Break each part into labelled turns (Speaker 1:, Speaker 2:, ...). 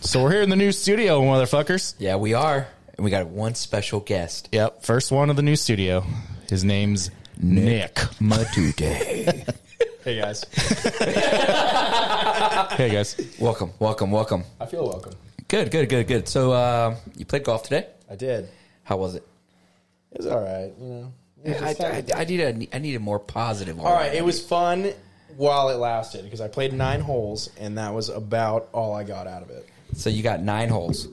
Speaker 1: So we're here in the new studio, motherfuckers.
Speaker 2: Yeah, we are. And we got one special guest.
Speaker 1: Yep, first one of the new studio. His name's Nick.
Speaker 2: Matute.
Speaker 1: Hey guys. hey guys.
Speaker 2: welcome, welcome, welcome.
Speaker 3: I feel welcome.
Speaker 2: Good, good, good, good. So uh, you played golf today?
Speaker 3: I did.
Speaker 2: How was it?
Speaker 3: It was all right, you know. It was
Speaker 2: I,
Speaker 3: just
Speaker 2: I,
Speaker 3: fun.
Speaker 2: I need a I need a more positive one.
Speaker 3: all right, it was fun while it lasted because I played nine holes and that was about all I got out of it.
Speaker 2: So you got nine holes.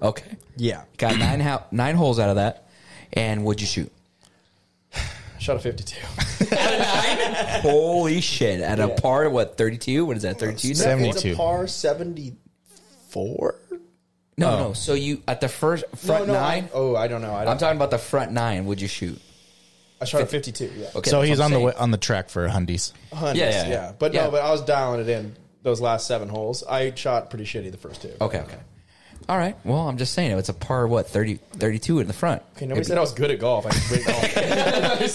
Speaker 2: Okay.
Speaker 3: Yeah,
Speaker 2: Got nine ho- nine holes out of that. And would you shoot?
Speaker 3: I shot a fifty-two.
Speaker 2: Holy shit. At a
Speaker 3: Yeah.
Speaker 2: par of what, thirty two? What is that, thirty two?
Speaker 1: Seven-
Speaker 3: It's a
Speaker 1: 72.
Speaker 3: par seventy-four.
Speaker 2: No, no. So you at the first front
Speaker 3: No, no,
Speaker 2: nine?
Speaker 3: I, oh, I don't know. I,
Speaker 2: I'm
Speaker 3: don't,
Speaker 2: talking about the front nine, would you shoot?
Speaker 3: I shot a fifty-two. Yeah.
Speaker 2: Okay.
Speaker 1: so
Speaker 2: that's
Speaker 1: he's on
Speaker 2: what I'm
Speaker 1: the
Speaker 2: saying.
Speaker 1: way, on the track for Hundies.
Speaker 3: Hundreds,
Speaker 2: Yeah, yeah, yeah.
Speaker 3: But
Speaker 2: Yeah.
Speaker 3: no, but I was dialing it in those last seven holes. I shot pretty shitty the first two.
Speaker 2: Okay, okay. All right. Well, I'm just saying it's a par what 30, 32 in the front.
Speaker 3: Okay, nobody said I was good at golf. I just played golf.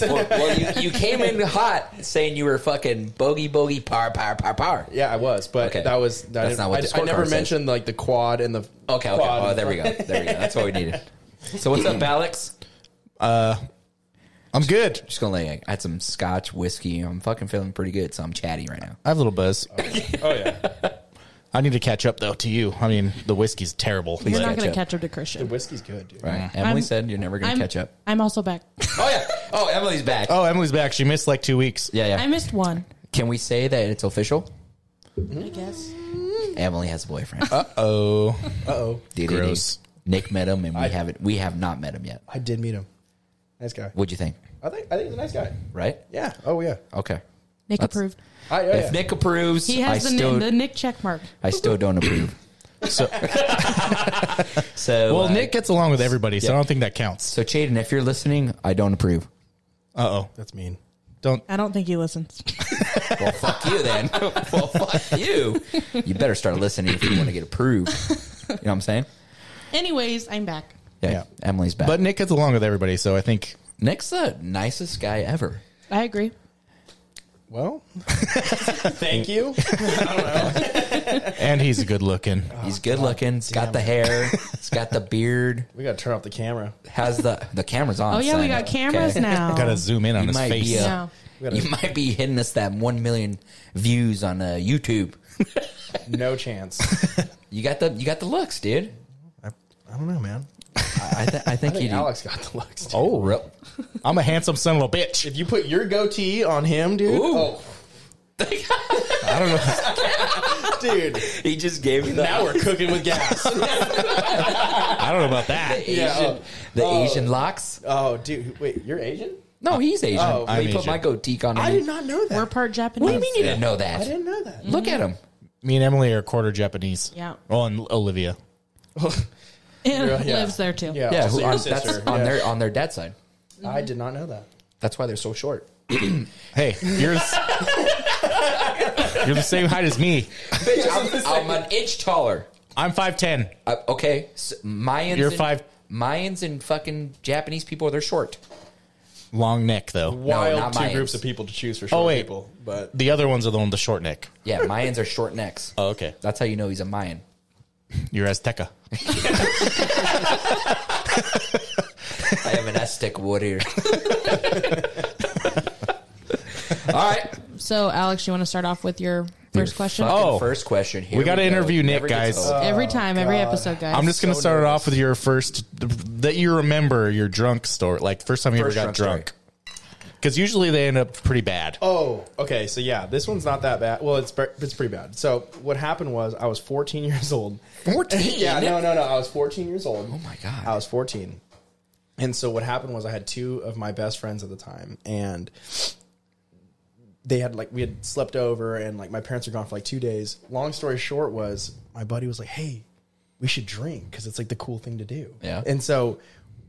Speaker 2: well, well, you, you came in hot saying you were fucking bogey bogey par par par par.
Speaker 3: Yeah, I was, but
Speaker 2: Okay.
Speaker 3: that was that
Speaker 2: That's
Speaker 3: didn't-
Speaker 2: not what
Speaker 3: I,
Speaker 2: the
Speaker 3: I never
Speaker 2: scorecard says.
Speaker 3: mentioned like the quad and the
Speaker 2: Okay, okay.
Speaker 3: quad
Speaker 2: Oh,
Speaker 3: and
Speaker 2: there we go. There we go. That's what we needed. So what's up, Alex?
Speaker 1: I'm good.
Speaker 2: Just gonna lay. I had some scotch whiskey. I'm fucking feeling pretty good, so I'm chatty right now.
Speaker 1: I have a little buzz.
Speaker 3: Oh yeah,
Speaker 1: I need to catch up though to you. I mean, the whiskey's terrible.
Speaker 2: Please
Speaker 1: but-
Speaker 4: You're not
Speaker 2: catch
Speaker 4: going
Speaker 2: up.
Speaker 4: to catch up to
Speaker 3: the
Speaker 4: Christian.
Speaker 3: whiskey's good, dude.
Speaker 2: Right. Mm-hmm. Emily
Speaker 4: I'm-
Speaker 2: said you're never gonna
Speaker 4: I'm,
Speaker 2: catch up.
Speaker 4: I'm also back.
Speaker 2: Oh yeah. Oh, Emily's back.
Speaker 1: Oh, Emily's back. She missed like two weeks.
Speaker 2: Yeah, yeah.
Speaker 4: I missed one.
Speaker 2: Can we say that it's official?
Speaker 4: I guess.
Speaker 2: Emily has a boyfriend.
Speaker 1: Oh,
Speaker 3: Uh oh,
Speaker 2: Dee, dee, dee.
Speaker 1: gross.
Speaker 2: Nick met him, and we haven't. We have not met him yet.
Speaker 3: I did meet him. Nice guy.
Speaker 2: What'd you think?
Speaker 3: I think I think he's a nice guy.
Speaker 2: Right?
Speaker 3: Yeah. Oh yeah.
Speaker 2: Okay.
Speaker 4: Nick
Speaker 2: That's-
Speaker 4: approved.
Speaker 3: I, oh,
Speaker 2: If
Speaker 3: yeah.
Speaker 2: Nick approves,
Speaker 4: He
Speaker 2: I
Speaker 4: has the,
Speaker 2: still
Speaker 4: Nick, the Nick check mark.
Speaker 2: I still don't approve.
Speaker 1: So,
Speaker 2: So
Speaker 1: well,
Speaker 2: uh,
Speaker 1: Nick gets along with everybody, so
Speaker 2: yeah.
Speaker 1: I don't think that counts.
Speaker 2: So Chaden, if you're listening, I don't approve.
Speaker 1: Uh oh,
Speaker 3: that's mean.
Speaker 1: don't.
Speaker 4: I don't think he listens.
Speaker 2: Well, fuck you then. well, fuck you. You better start listening if you want to get approved. You know what I'm saying?
Speaker 4: Anyways, I'm back.
Speaker 2: Yeah.
Speaker 1: Yeah.
Speaker 2: Emily's back.
Speaker 1: But
Speaker 2: But
Speaker 1: Nick gets along with everybody, so I think
Speaker 2: Nick's the nicest guy ever.
Speaker 4: I agree.
Speaker 3: Well, thank you.
Speaker 1: and he's a good looking.
Speaker 2: He's good looking. He's got the hair. He's got the beard.
Speaker 3: We gotta turn off the camera.
Speaker 2: Has the the cameras on?
Speaker 4: Oh, yeah, we
Speaker 2: son.
Speaker 4: got cameras
Speaker 2: Okay.
Speaker 4: now.
Speaker 1: Got to zoom in on
Speaker 2: You
Speaker 1: his
Speaker 2: might
Speaker 1: face.
Speaker 2: be a-
Speaker 4: No.
Speaker 2: You might be hitting us that one million views on uh, YouTube.
Speaker 3: No chance.
Speaker 2: You got the you got the looks, dude.
Speaker 3: I, I don't know, man.
Speaker 2: I, th- I think
Speaker 3: I
Speaker 2: you
Speaker 3: think
Speaker 2: do.
Speaker 3: Alex got the looks. Dude.
Speaker 2: Oh, real.
Speaker 1: I'm a handsome son of a bitch.
Speaker 3: If you put your goatee on him, dude.
Speaker 2: Ooh.
Speaker 3: Oh,
Speaker 1: I don't know.
Speaker 3: dude.
Speaker 2: He just gave me the
Speaker 3: Now we're cooking with gas.
Speaker 1: I don't know about that.
Speaker 2: Asian,
Speaker 3: Yeah, oh.
Speaker 2: the
Speaker 3: Oh.
Speaker 2: Asian locks.
Speaker 3: oh, dude. Wait, you're Asian?
Speaker 2: No, he's Asian.
Speaker 3: Oh,
Speaker 2: he
Speaker 1: I'm
Speaker 2: put
Speaker 1: Asian.
Speaker 2: my goatee on.
Speaker 3: I
Speaker 2: him.
Speaker 3: did not know that.
Speaker 4: We're part Japanese.
Speaker 2: What do you mean you didn't know
Speaker 3: I
Speaker 2: that?
Speaker 3: didn't know that.
Speaker 2: Look at him.
Speaker 1: Me and Emily are quarter Japanese.
Speaker 4: Yeah.
Speaker 1: Oh, and Olivia.
Speaker 4: And
Speaker 3: Yeah.
Speaker 4: lives there too.
Speaker 3: Yeah.
Speaker 2: Yeah,
Speaker 3: so
Speaker 2: who,
Speaker 3: your
Speaker 2: on, that's
Speaker 3: sister.
Speaker 2: on
Speaker 3: Yeah.
Speaker 2: their on their dad's side.
Speaker 3: I did not know that.
Speaker 2: That's why they're so short.
Speaker 1: Hey, you're the, you're the same height as me.
Speaker 2: Bitch, I'm, I'm an inch taller.
Speaker 1: I'm five ten.
Speaker 2: Uh, okay, s Mayans.
Speaker 1: You're
Speaker 2: and,
Speaker 1: five-
Speaker 2: Mayans and fucking Japanese people. They're short.
Speaker 1: Long neck though.
Speaker 3: Wild
Speaker 2: not
Speaker 3: two
Speaker 2: my Oh,
Speaker 3: groups
Speaker 2: ex.
Speaker 3: of people to choose for short
Speaker 1: wait.
Speaker 3: people, but
Speaker 1: The other ones are the one with the short neck.
Speaker 2: Yeah, Mayans are short necks.
Speaker 1: Oh, okay.
Speaker 2: That's how you know he's a Mayan.
Speaker 1: You're Azteca.
Speaker 2: I am an Aztec warrior. All right.
Speaker 4: So, Alex, you want to start off with your first question?
Speaker 2: Fucking
Speaker 1: Oh.
Speaker 2: first question here.
Speaker 1: We gotta
Speaker 2: go.
Speaker 1: interview Nick,
Speaker 2: Never gets
Speaker 1: guys.
Speaker 2: old.
Speaker 4: every time, every episode, guys.
Speaker 1: I'm just gonna start it off with your first that you remember your drunk story, like first time you
Speaker 2: First
Speaker 1: ever got
Speaker 2: drunk
Speaker 1: drunk. Because usually they end up pretty bad.
Speaker 3: Oh, okay. So yeah, this one's not that bad. Well, it's pre- it's pretty bad. So what happened was I was 14 years old.
Speaker 2: 14?
Speaker 3: yeah, no, no, no. I was 14 years old. Oh
Speaker 2: my God.
Speaker 3: I was 14. And so what happened was I had two of my best friends at the time and they had like we had slept over and like my parents were gone for like 2 days. Long story short was my buddy was like, "Hey, we should drink cuz it's like the cool thing to do."
Speaker 2: Yeah.
Speaker 3: And so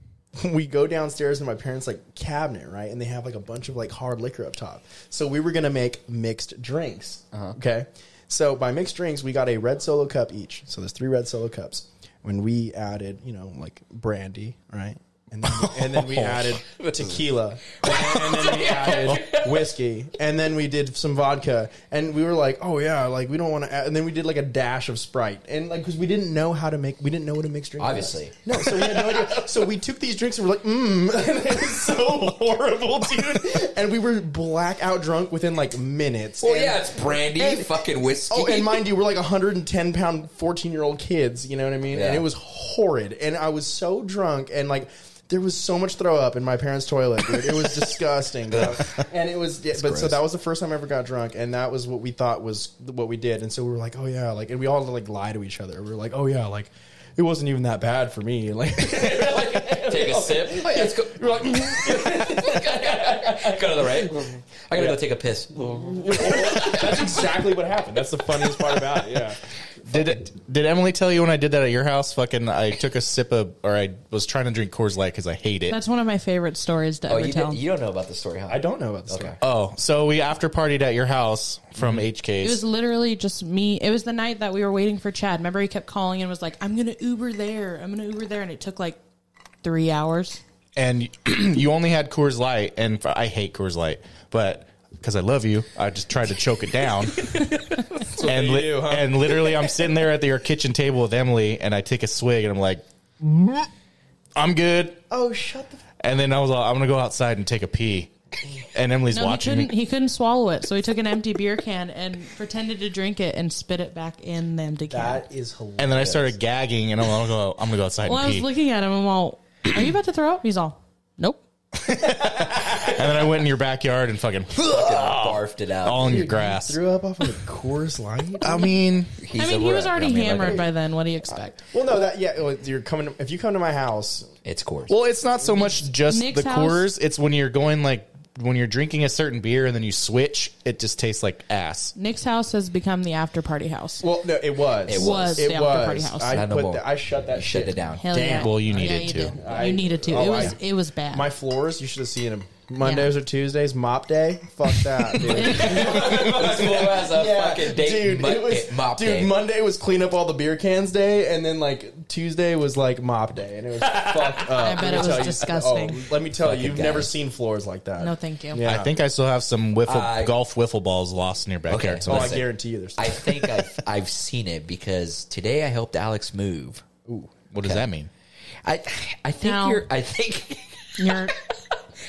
Speaker 3: we go downstairs in my parents' like cabinet, right? And they have like a bunch of like hard liquor up top. So we were gonna make mixed drinks. Okay. So by mixed drinks, we got a red solo cup each. So there's three red solo cups. When we added, you know, like brandy, right? and then, and then we added tequila, Oh. and then we added whiskey, and then we did some vodka, and we were like, oh yeah, like we don't want to, add, and then we did like a dash of Sprite, and like because we didn't know how to make, we didn't know what a mixed drink. was.
Speaker 2: Obviously.
Speaker 3: no, so we had no idea. So we took these drinks and we're like, mmm, and it was so horrible, dude, and we were blackout drunk within like minutes.
Speaker 2: Well,
Speaker 3: and-
Speaker 2: yeah, it's brandy,
Speaker 3: and-
Speaker 2: fucking whiskey.
Speaker 3: Oh, and mind you, we're like 110 pound 14 year old kids. You know what I mean?
Speaker 2: Yeah.
Speaker 3: And it was horrid. And I was so drunk and like. There was so much throw up in my parents' toilet. Dude. It was disgusting, bro. and it was. Yeah, but so
Speaker 2: gross.
Speaker 3: that was the first time I ever got drunk, and that was what we thought was what we did. And so we were like, "Oh yeah," like, and we all like lie to each other. We were like, "Oh yeah," like, it wasn't even that bad for me. Like,
Speaker 2: Take a sip. Oh, yeah, let's go. You're like, go to the right. I gotta go take a piss. Oh,
Speaker 3: that's exactly what happened. That's the funniest part about it. Yeah.
Speaker 1: Did did Emily tell you when I did that at your house? Fucking, I took a sip of, or I was trying to drink Coors Light because I hate it.
Speaker 4: That's one of my favorite stories to
Speaker 2: Oh,
Speaker 4: ever
Speaker 2: you,
Speaker 4: tell.
Speaker 2: did, you don't know about the story, huh?
Speaker 3: I don't know about this. story.
Speaker 1: oh, so we after partied at your house from HK's.
Speaker 4: Mm-hmm. It was literally just me. It was the night that we were waiting for Chad. Remember, he kept calling and was like, "I'm gonna Uber there. I'm gonna Uber there," and it took like three hours.
Speaker 1: and you only had Coors Light, and f- I hate Coors Light, but because I love you, I just tried to choke it down. and, li-
Speaker 3: do, huh?
Speaker 1: and literally, I'm sitting there at the, your kitchen table with Emily, and I take a swig, and I'm like, "Mm-hmm. I'm good.
Speaker 3: Oh, shut the.
Speaker 1: And then I was like, I'm gonna go outside and take a pee. And Emily's
Speaker 4: No, he
Speaker 1: watching
Speaker 4: couldn't.
Speaker 1: me.
Speaker 4: He couldn't swallow it, so he took an empty beer can and pretended to drink it and spit it back in the empty can.
Speaker 3: That is hilarious.
Speaker 1: And then I started gagging, and I'm gonna go. I'm gonna go outside
Speaker 4: well, I
Speaker 1: and
Speaker 4: was
Speaker 1: pee.
Speaker 4: looking at him. I'm all, "Are you about to throw up?" He's all, "Nope."
Speaker 1: and then I went in your backyard and fucking
Speaker 2: Fucking barfed it out.
Speaker 1: all in your grass.
Speaker 3: threw up off of a Coors Light.
Speaker 1: I mean,
Speaker 2: He's
Speaker 4: I mean,
Speaker 2: a
Speaker 4: he
Speaker 2: wreck.
Speaker 4: was already
Speaker 2: I mean, like,
Speaker 4: hammered by then. What do you expect?
Speaker 3: Well, no, that yeah. well, You're coming if you come to my house.
Speaker 2: It's coarse.
Speaker 1: Well, it's not so much just
Speaker 4: Nick's
Speaker 1: the
Speaker 4: house-
Speaker 1: Coors. It's when you're going like when you're drinking a certain beer and then you switch, it just tastes like ass.
Speaker 4: Nick's house has become the after party house.
Speaker 3: Well, no, it was.
Speaker 2: It
Speaker 4: was
Speaker 3: It
Speaker 4: the
Speaker 3: was.
Speaker 4: after party house.
Speaker 3: I
Speaker 2: Not no
Speaker 3: put.
Speaker 2: more.
Speaker 3: the- I shut that.
Speaker 2: you shut
Speaker 3: shit.
Speaker 2: it down.
Speaker 4: Hell
Speaker 1: Damn.
Speaker 4: yeah.
Speaker 1: Well, you
Speaker 4: yeah,
Speaker 1: needed
Speaker 4: you
Speaker 1: to.
Speaker 4: Did.
Speaker 3: I-
Speaker 4: you needed to.
Speaker 3: oh,
Speaker 4: it was.
Speaker 3: I-
Speaker 4: it was bad.
Speaker 3: My floors. You should have seen them. Mondays or Tuesdays, mop day. Fuck that, dude.
Speaker 2: This fool has a fucking date
Speaker 3: dude,
Speaker 2: mu-
Speaker 3: it was,
Speaker 2: it- mop
Speaker 3: dude.
Speaker 2: day.
Speaker 3: Monday was clean up all the beer cans day, and then like Tuesday was like mop day, and it was fucked up. I
Speaker 4: bet it was disgusting.
Speaker 3: oh, let me tell you,
Speaker 2: Fucking
Speaker 3: you've never
Speaker 2: guys.
Speaker 3: seen floors like that.
Speaker 4: no, thank you.
Speaker 1: I think I still have some wiffle
Speaker 2: I-
Speaker 1: golf wiffle balls lost in your backyard.
Speaker 2: Okay.
Speaker 1: So
Speaker 3: Oh, I
Speaker 1: that's-
Speaker 2: Listen.
Speaker 3: guarantee you, there's.
Speaker 2: I think I've, I've seen it because today I helped Alex move.
Speaker 1: what does that mean?
Speaker 2: I I think
Speaker 4: No.
Speaker 2: you're. I think
Speaker 4: You're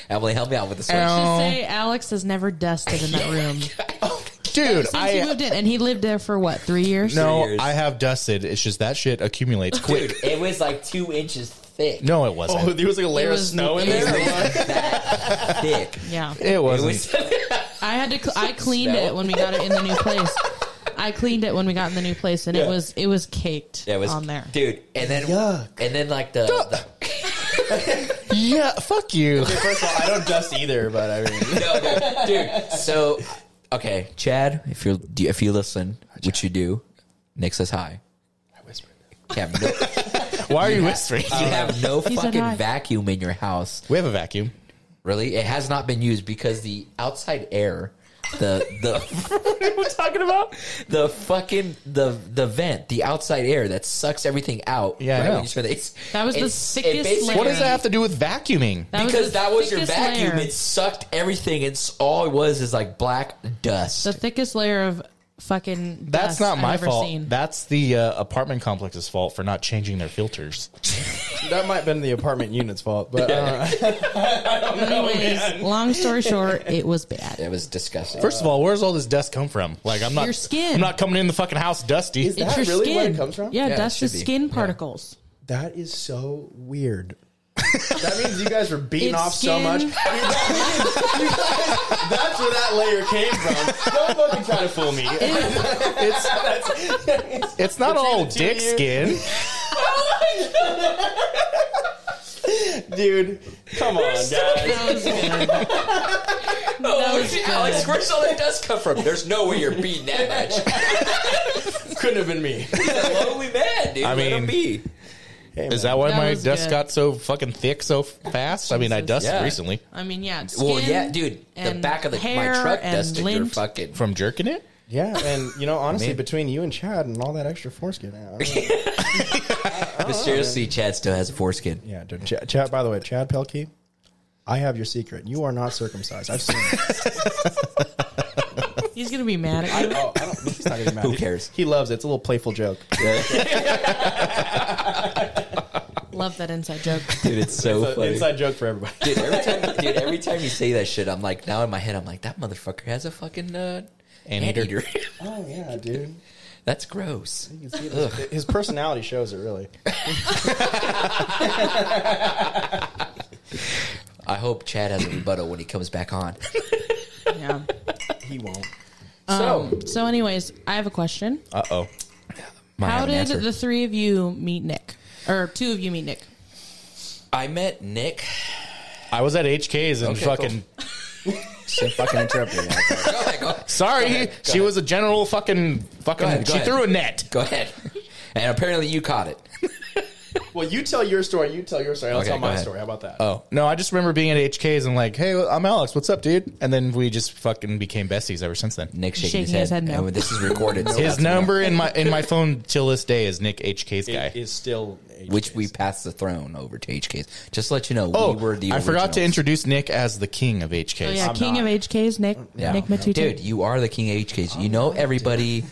Speaker 2: Emily, help me out with this one.
Speaker 4: to say Alex has never dusted in that room since
Speaker 1: Dude,
Speaker 4: he
Speaker 1: I
Speaker 4: moved in, and he lived there for what three years?
Speaker 2: Three
Speaker 1: no,
Speaker 2: years.
Speaker 1: I have dusted. It's just that shit accumulates quick.
Speaker 2: Dude, it was like two inches thick.
Speaker 1: No, it
Speaker 3: oh,
Speaker 1: wasn't.
Speaker 3: there was like a layer
Speaker 4: was-
Speaker 3: of snow in
Speaker 4: it
Speaker 3: there.
Speaker 4: was-
Speaker 2: that thick.
Speaker 4: Yeah,
Speaker 1: it wasn't.
Speaker 4: I had to. Cl- I cleaned
Speaker 2: Smell.
Speaker 4: it when we got it in the new place. I cleaned it when we got in the new place, and it was it was caked.
Speaker 2: It was
Speaker 4: on there.
Speaker 2: dude. And then,
Speaker 3: Yuck.
Speaker 2: and then like the, the
Speaker 1: yeah, fuck you.
Speaker 3: First of all, I don't dust either, but I mean.
Speaker 2: no, dude, dude. So, okay, Chad, if you're do- if you listen, which you do, Nick says hi. You have no,
Speaker 1: Why are you whispering?
Speaker 3: Um,
Speaker 2: you have no
Speaker 4: said hi.
Speaker 2: fucking vacuum in your house.
Speaker 1: we have a vacuum.
Speaker 2: Really, it has not been used because the outside air, the the what are we talking about? The fucking the the vent, the outside air that sucks everything out.
Speaker 1: Yeah, I
Speaker 2: right,
Speaker 1: know.
Speaker 2: when you spit- it's-
Speaker 4: That was the
Speaker 2: it's- it
Speaker 4: sickest
Speaker 2: basically-
Speaker 4: layer.
Speaker 1: What does that have to do with vacuuming?
Speaker 4: That
Speaker 2: because
Speaker 4: the
Speaker 2: that was your
Speaker 4: thickest
Speaker 2: vacuum,
Speaker 4: layer.
Speaker 2: it sucked everything. It's all it was is like black dust.
Speaker 4: the thickest layer of fucking.
Speaker 1: That's
Speaker 4: dust
Speaker 1: not
Speaker 4: I've
Speaker 1: my
Speaker 4: ever
Speaker 1: fault.
Speaker 4: Seen.
Speaker 1: That's the uh, apartment complex's fault for not changing their filters.
Speaker 3: That might have been the apartment unit's fault, but uh,
Speaker 4: Anyways,
Speaker 2: Oh,
Speaker 4: long story short, it was bad.
Speaker 2: It was disgusting.
Speaker 1: First of all, where's all this dust come from? Like, I'm not
Speaker 4: Your skin.
Speaker 1: I'm not coming in the fucking house dusty.
Speaker 3: Is that-
Speaker 4: it's your
Speaker 3: really
Speaker 4: skin.
Speaker 3: where it comes from?
Speaker 4: Yeah,
Speaker 2: Yeah, it
Speaker 4: dust is
Speaker 2: should be.
Speaker 4: skin
Speaker 2: Yeah.
Speaker 4: particles.
Speaker 3: that is so weird. that means you guys were beating
Speaker 4: It's
Speaker 3: off so
Speaker 4: skin.
Speaker 3: much. You guys- you guys- that's where that layer came from. Don't fucking try to fool me.
Speaker 1: it's not all
Speaker 3: either two
Speaker 1: dick
Speaker 3: years-
Speaker 1: skin.
Speaker 3: Dude, come on, guys.
Speaker 4: That was good.
Speaker 2: Oh,
Speaker 4: was
Speaker 2: gee,
Speaker 4: good.
Speaker 2: Alex, where's all that dust come from? There's no way you're beating that much.
Speaker 3: Couldn't have been me.
Speaker 2: He's a lonely man, dude.
Speaker 1: I
Speaker 2: Let him
Speaker 1: mean,
Speaker 2: be.
Speaker 1: Is that why
Speaker 4: That
Speaker 1: my
Speaker 4: was
Speaker 1: dust
Speaker 4: good.
Speaker 1: got so fucking thick so fast? I mean, I
Speaker 4: Jesus.
Speaker 1: dusted
Speaker 2: Yeah.
Speaker 1: recently
Speaker 4: I mean, yeah. Skin
Speaker 2: Well, yeah, dude. The
Speaker 4: and
Speaker 2: back of the, my
Speaker 4: hair
Speaker 2: truck
Speaker 4: and
Speaker 2: dusted your
Speaker 4: lint.
Speaker 2: fucking.
Speaker 1: from jerking it.
Speaker 3: Yeah, and you know, honestly,
Speaker 1: Man.
Speaker 3: between you and Chad and all that extra foreskin, I don't know.
Speaker 2: Mysteriously, Chad still has a foreskin.
Speaker 3: yeah, dude. Chad, Chad. By the way, Chad Pelkey, I have your secret. You are not circumcised. I've seen. It.
Speaker 4: He's gonna be mad at you.
Speaker 3: oh, I don't, he's not even mad.
Speaker 2: Who cares?
Speaker 3: He loves it. It's a little playful joke.
Speaker 4: Love that inside joke.
Speaker 2: Dude, it's so
Speaker 3: It's an
Speaker 2: funny.
Speaker 3: inside joke for everybody.
Speaker 2: Dude, every time, dude, every time you say that shit, I'm like, now in my head, I'm like, that motherfucker has a fucking uh,
Speaker 1: Anteater.
Speaker 2: anteater.
Speaker 3: Oh yeah, dude.
Speaker 2: That's gross.
Speaker 3: You can see this. His personality shows it really.
Speaker 2: I hope Chad has a rebuttal when he comes back on.
Speaker 4: Yeah.
Speaker 3: He won't.
Speaker 2: So,
Speaker 4: Um, So, anyways, I have a question.
Speaker 1: Uh oh.
Speaker 2: my
Speaker 4: How did the three of you meet Nick, or two of you meet Nick?
Speaker 2: I met Nick.
Speaker 1: I was at HK's and
Speaker 2: Okay,
Speaker 1: fucking.
Speaker 3: She fucking interrupted me.
Speaker 2: Go ahead, go,
Speaker 1: Sorry,
Speaker 2: ahead, go
Speaker 1: she
Speaker 2: ahead.
Speaker 1: was a general fucking fucking.
Speaker 2: ahead, go
Speaker 1: she
Speaker 2: ahead.
Speaker 1: threw a net.
Speaker 2: go ahead. And apparently, you caught it.
Speaker 3: Well, you tell your story. You tell your story. I'll
Speaker 2: Okay,
Speaker 3: tell
Speaker 2: go
Speaker 3: my
Speaker 2: ahead.
Speaker 3: story. How about that?
Speaker 1: Oh no, I just remember being at HK's and like, hey, I'm Alex. What's up, dude? And then we just fucking became besties ever since then.
Speaker 2: Nick shaking,
Speaker 4: Shaking
Speaker 2: his head.
Speaker 4: his head no.
Speaker 2: And this is recorded. so
Speaker 1: His
Speaker 2: that's a no.
Speaker 1: number in my in my phone till this day is Nick HK's guy.
Speaker 3: it is still HK's.
Speaker 2: which we passed the throne over to HK's. Just to let you know,
Speaker 1: oh,
Speaker 2: we were the.
Speaker 1: I forgot to
Speaker 2: originals.
Speaker 1: introduce Nick as the king of HK's.
Speaker 4: Oh yeah,
Speaker 3: I'm
Speaker 4: king
Speaker 3: not.
Speaker 4: of HKs, Nick.
Speaker 2: Yeah.
Speaker 4: Nick Matute.
Speaker 2: Dude, you are the king of HKs. You
Speaker 3: Oh,
Speaker 2: know everybody.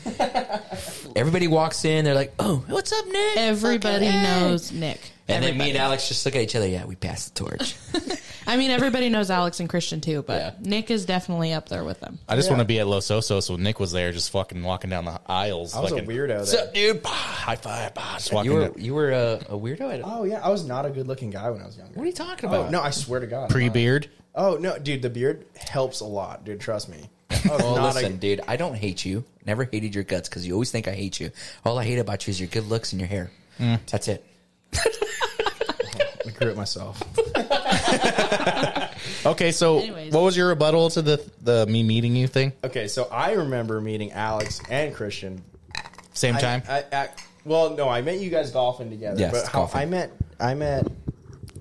Speaker 2: everybody walks in. They're like, "Oh, what's up, Nick?"
Speaker 4: everybody
Speaker 2: Fucking hey.
Speaker 4: knows Nick.
Speaker 2: And then me
Speaker 4: Everybody.
Speaker 2: and Alex just look at each other. Yeah, we passed the torch.
Speaker 4: I mean, everybody knows Alex and Christian too, but
Speaker 2: Yeah.
Speaker 4: Nick is definitely up there with them.
Speaker 1: I just
Speaker 3: Yeah.
Speaker 1: want to be at Los Osos when Nick was there, just fucking walking down the aisles.
Speaker 3: I was a
Speaker 1: fucking,
Speaker 3: weirdo
Speaker 1: What's
Speaker 3: there."
Speaker 1: up, dude? Bah, high five. Bah, just walking
Speaker 2: you were
Speaker 1: down-
Speaker 2: you were a, a weirdo. I don't-
Speaker 3: Oh yeah, I was not a good looking guy when I was younger.
Speaker 2: What are you talking
Speaker 3: Oh
Speaker 2: about?
Speaker 3: no, I swear to God.
Speaker 1: pre-beard.
Speaker 3: Oh no, dude, the beard helps a lot, dude. Trust me. I was
Speaker 2: Well,
Speaker 3: not a-
Speaker 2: listen, dude. I don't hate you. Never hated your guts because you always think I hate you. All I hate about you is your good looks and your hair.
Speaker 3: Mm.
Speaker 2: That's it.
Speaker 3: I grew it myself.
Speaker 1: Okay, so
Speaker 4: Anyways.
Speaker 1: what was your rebuttal to the the me meeting you thing?
Speaker 3: Okay, so I remember meeting Alex and Christian.
Speaker 1: Same
Speaker 3: I-
Speaker 1: time.
Speaker 3: I, I- well, no, I met you guys golfing together.
Speaker 2: Yes,
Speaker 3: but how,
Speaker 2: golfing.
Speaker 3: I met, I met,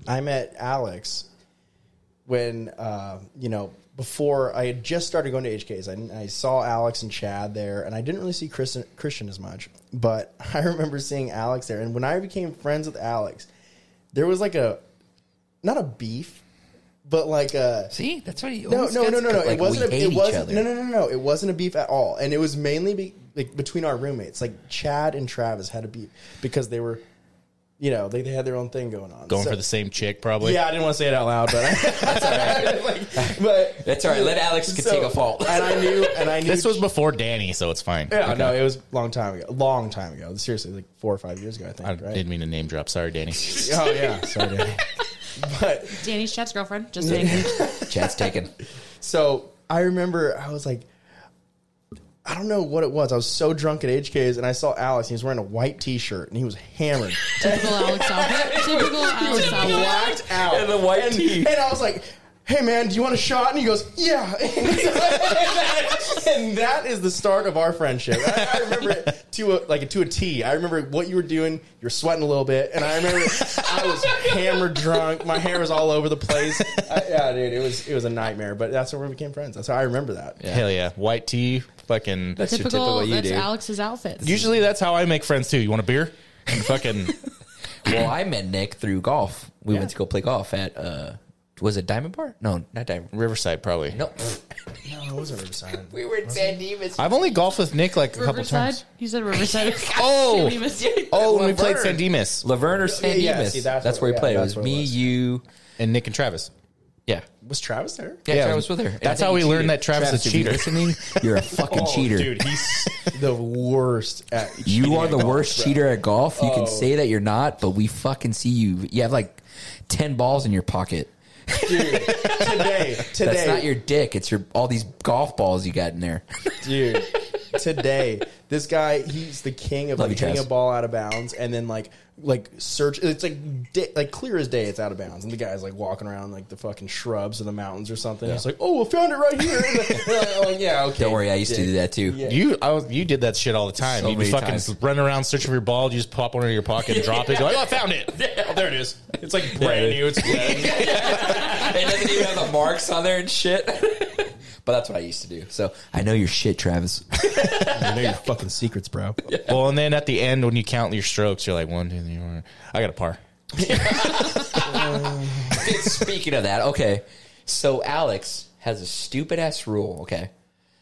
Speaker 3: I met Alex when uh, you know before I had just started going to HKs. I, I saw Alex and Chad there, and I didn't really see Christian, Christian as much. But I remember seeing Alex there, and when I became friends with Alex, there was like a not a beef, but like a
Speaker 2: See, that's what you.
Speaker 3: no,
Speaker 2: always
Speaker 3: no,
Speaker 2: gets
Speaker 3: no, no, no.
Speaker 2: like,
Speaker 3: it wasn't.
Speaker 2: We
Speaker 3: A,
Speaker 2: hate
Speaker 3: it
Speaker 2: each
Speaker 3: wasn't.
Speaker 2: other.
Speaker 3: No, no, no, no. It wasn't a beef at all, and it was mainly be, like between our roommates. Like Chad and Travis had a beef because they were, you know, they, they had their own thing going on.
Speaker 1: Going
Speaker 3: So-
Speaker 1: for the same chick, probably.
Speaker 3: Yeah, I didn't want to say it out loud, but I, like, but
Speaker 2: That's all right. Let Alex can
Speaker 3: so-
Speaker 2: take a fault.
Speaker 3: And I knew, and I knew
Speaker 1: This was before Danny, so it's fine.
Speaker 3: Yeah, no, it was a long time ago. Long time ago. Seriously, like four or five years ago, I think.
Speaker 1: I
Speaker 3: right?
Speaker 1: didn't mean to name drop. Sorry, Danny.
Speaker 3: Oh yeah, sorry. Danny. but
Speaker 4: Danny's Chad's girlfriend. Just saying.
Speaker 2: Chad's taken.
Speaker 3: So I remember I was like, I don't know what it was. I was so drunk at HK's and I saw Alex. And he was wearing a white T-shirt and he was hammered,
Speaker 4: Typical Alex outfit. Typical Alex outfit.
Speaker 3: blacked out,
Speaker 2: And the white
Speaker 3: and,
Speaker 2: tee.
Speaker 3: And I was like, Hey man, do you want a shot? And he goes, Yeah. and that is the start of our friendship. I, I remember it to a, like to a T. I remember what you were doing. You're sweating a little bit, and I remember I was hammered, drunk. My hair was all over the place. I, yeah, dude, it was it was a nightmare. But that's where we became friends. That's how I remember that.
Speaker 1: Hell yeah, white tea, fucking.
Speaker 2: That's your
Speaker 4: Typical.
Speaker 2: typical you,
Speaker 4: That's
Speaker 2: dude.
Speaker 4: Alex's outfits.
Speaker 1: Usually that's how I make friends too. You want a beer? And fucking
Speaker 2: Well, I met Nick through golf. We
Speaker 3: Yeah.
Speaker 2: went to go play golf at uh, was it Diamond Bar? No, not Diamond.
Speaker 1: Riverside, probably.
Speaker 2: No,
Speaker 3: No, it wasn't Riverside.
Speaker 2: we were in San Dimas.
Speaker 1: I've only golfed with Nick like a couple
Speaker 4: Riverside.
Speaker 1: times.
Speaker 4: He said Riverside.
Speaker 1: Oh!
Speaker 4: He was-
Speaker 1: Oh, when we
Speaker 2: Laverne.
Speaker 1: played San Dimas
Speaker 2: Laverne or San
Speaker 3: yeah,
Speaker 2: Dimas.
Speaker 3: see,
Speaker 2: that's,
Speaker 3: that's what-
Speaker 2: where we
Speaker 3: yeah,
Speaker 2: played. It was
Speaker 3: that's what it
Speaker 2: me,
Speaker 3: was.
Speaker 2: you.
Speaker 1: and Nick and Travis.
Speaker 2: Yeah,
Speaker 3: Was Travis there?
Speaker 2: yeah.
Speaker 1: Yeah,
Speaker 2: Travis was there. And
Speaker 1: that's
Speaker 2: I
Speaker 1: how
Speaker 2: think
Speaker 1: we
Speaker 2: he
Speaker 1: learned
Speaker 2: cheated.
Speaker 1: that Travis is a
Speaker 2: if you're
Speaker 1: cheater.
Speaker 2: listening, you're a fucking
Speaker 1: Oh,
Speaker 2: cheater.
Speaker 3: Oh, dude, he's the worst at.
Speaker 2: You are
Speaker 3: at
Speaker 2: the
Speaker 3: golf,
Speaker 2: worst
Speaker 3: bro.
Speaker 2: cheater at golf. You
Speaker 3: Oh.
Speaker 2: can say that you're not, but we fucking see you. You have like ten balls in your pocket.
Speaker 3: dude. Today, today,
Speaker 2: That's not your dick. It's your all these golf balls you got in there.
Speaker 3: dude. Today, this guy, he's the king of
Speaker 2: Love
Speaker 3: like
Speaker 2: you,
Speaker 3: hitting a
Speaker 2: Chaz.
Speaker 3: ball out of bounds, and then like like search. It's like day, like clear as day. It's out of bounds, and the guy's like walking around like the fucking shrubs of the mountains or something. He's like, "Oh, I found it right here." And they're like, oh, yeah, okay.
Speaker 2: Don't worry, I used to
Speaker 3: dick."
Speaker 2: do that too.
Speaker 3: Yeah.
Speaker 1: You I was, you did that shit all the time.
Speaker 2: So
Speaker 1: You'd be
Speaker 2: many
Speaker 1: fucking
Speaker 2: times.
Speaker 1: run around searching for your ball, you just pop one in your pocket and drop it. You're like, oh, I found it.
Speaker 3: Oh, there it is. It's like brand new. It's
Speaker 2: It doesn't even have the marks on there and shit. But that's what I used to do. So I know your shit, Travis.
Speaker 3: I know your fucking secrets, bro.
Speaker 1: Well, and then at the end, when you count your strokes, you're like one, two, three, four. I got a par.
Speaker 2: Speaking of that, okay. So Alex has a stupid ass rule, okay?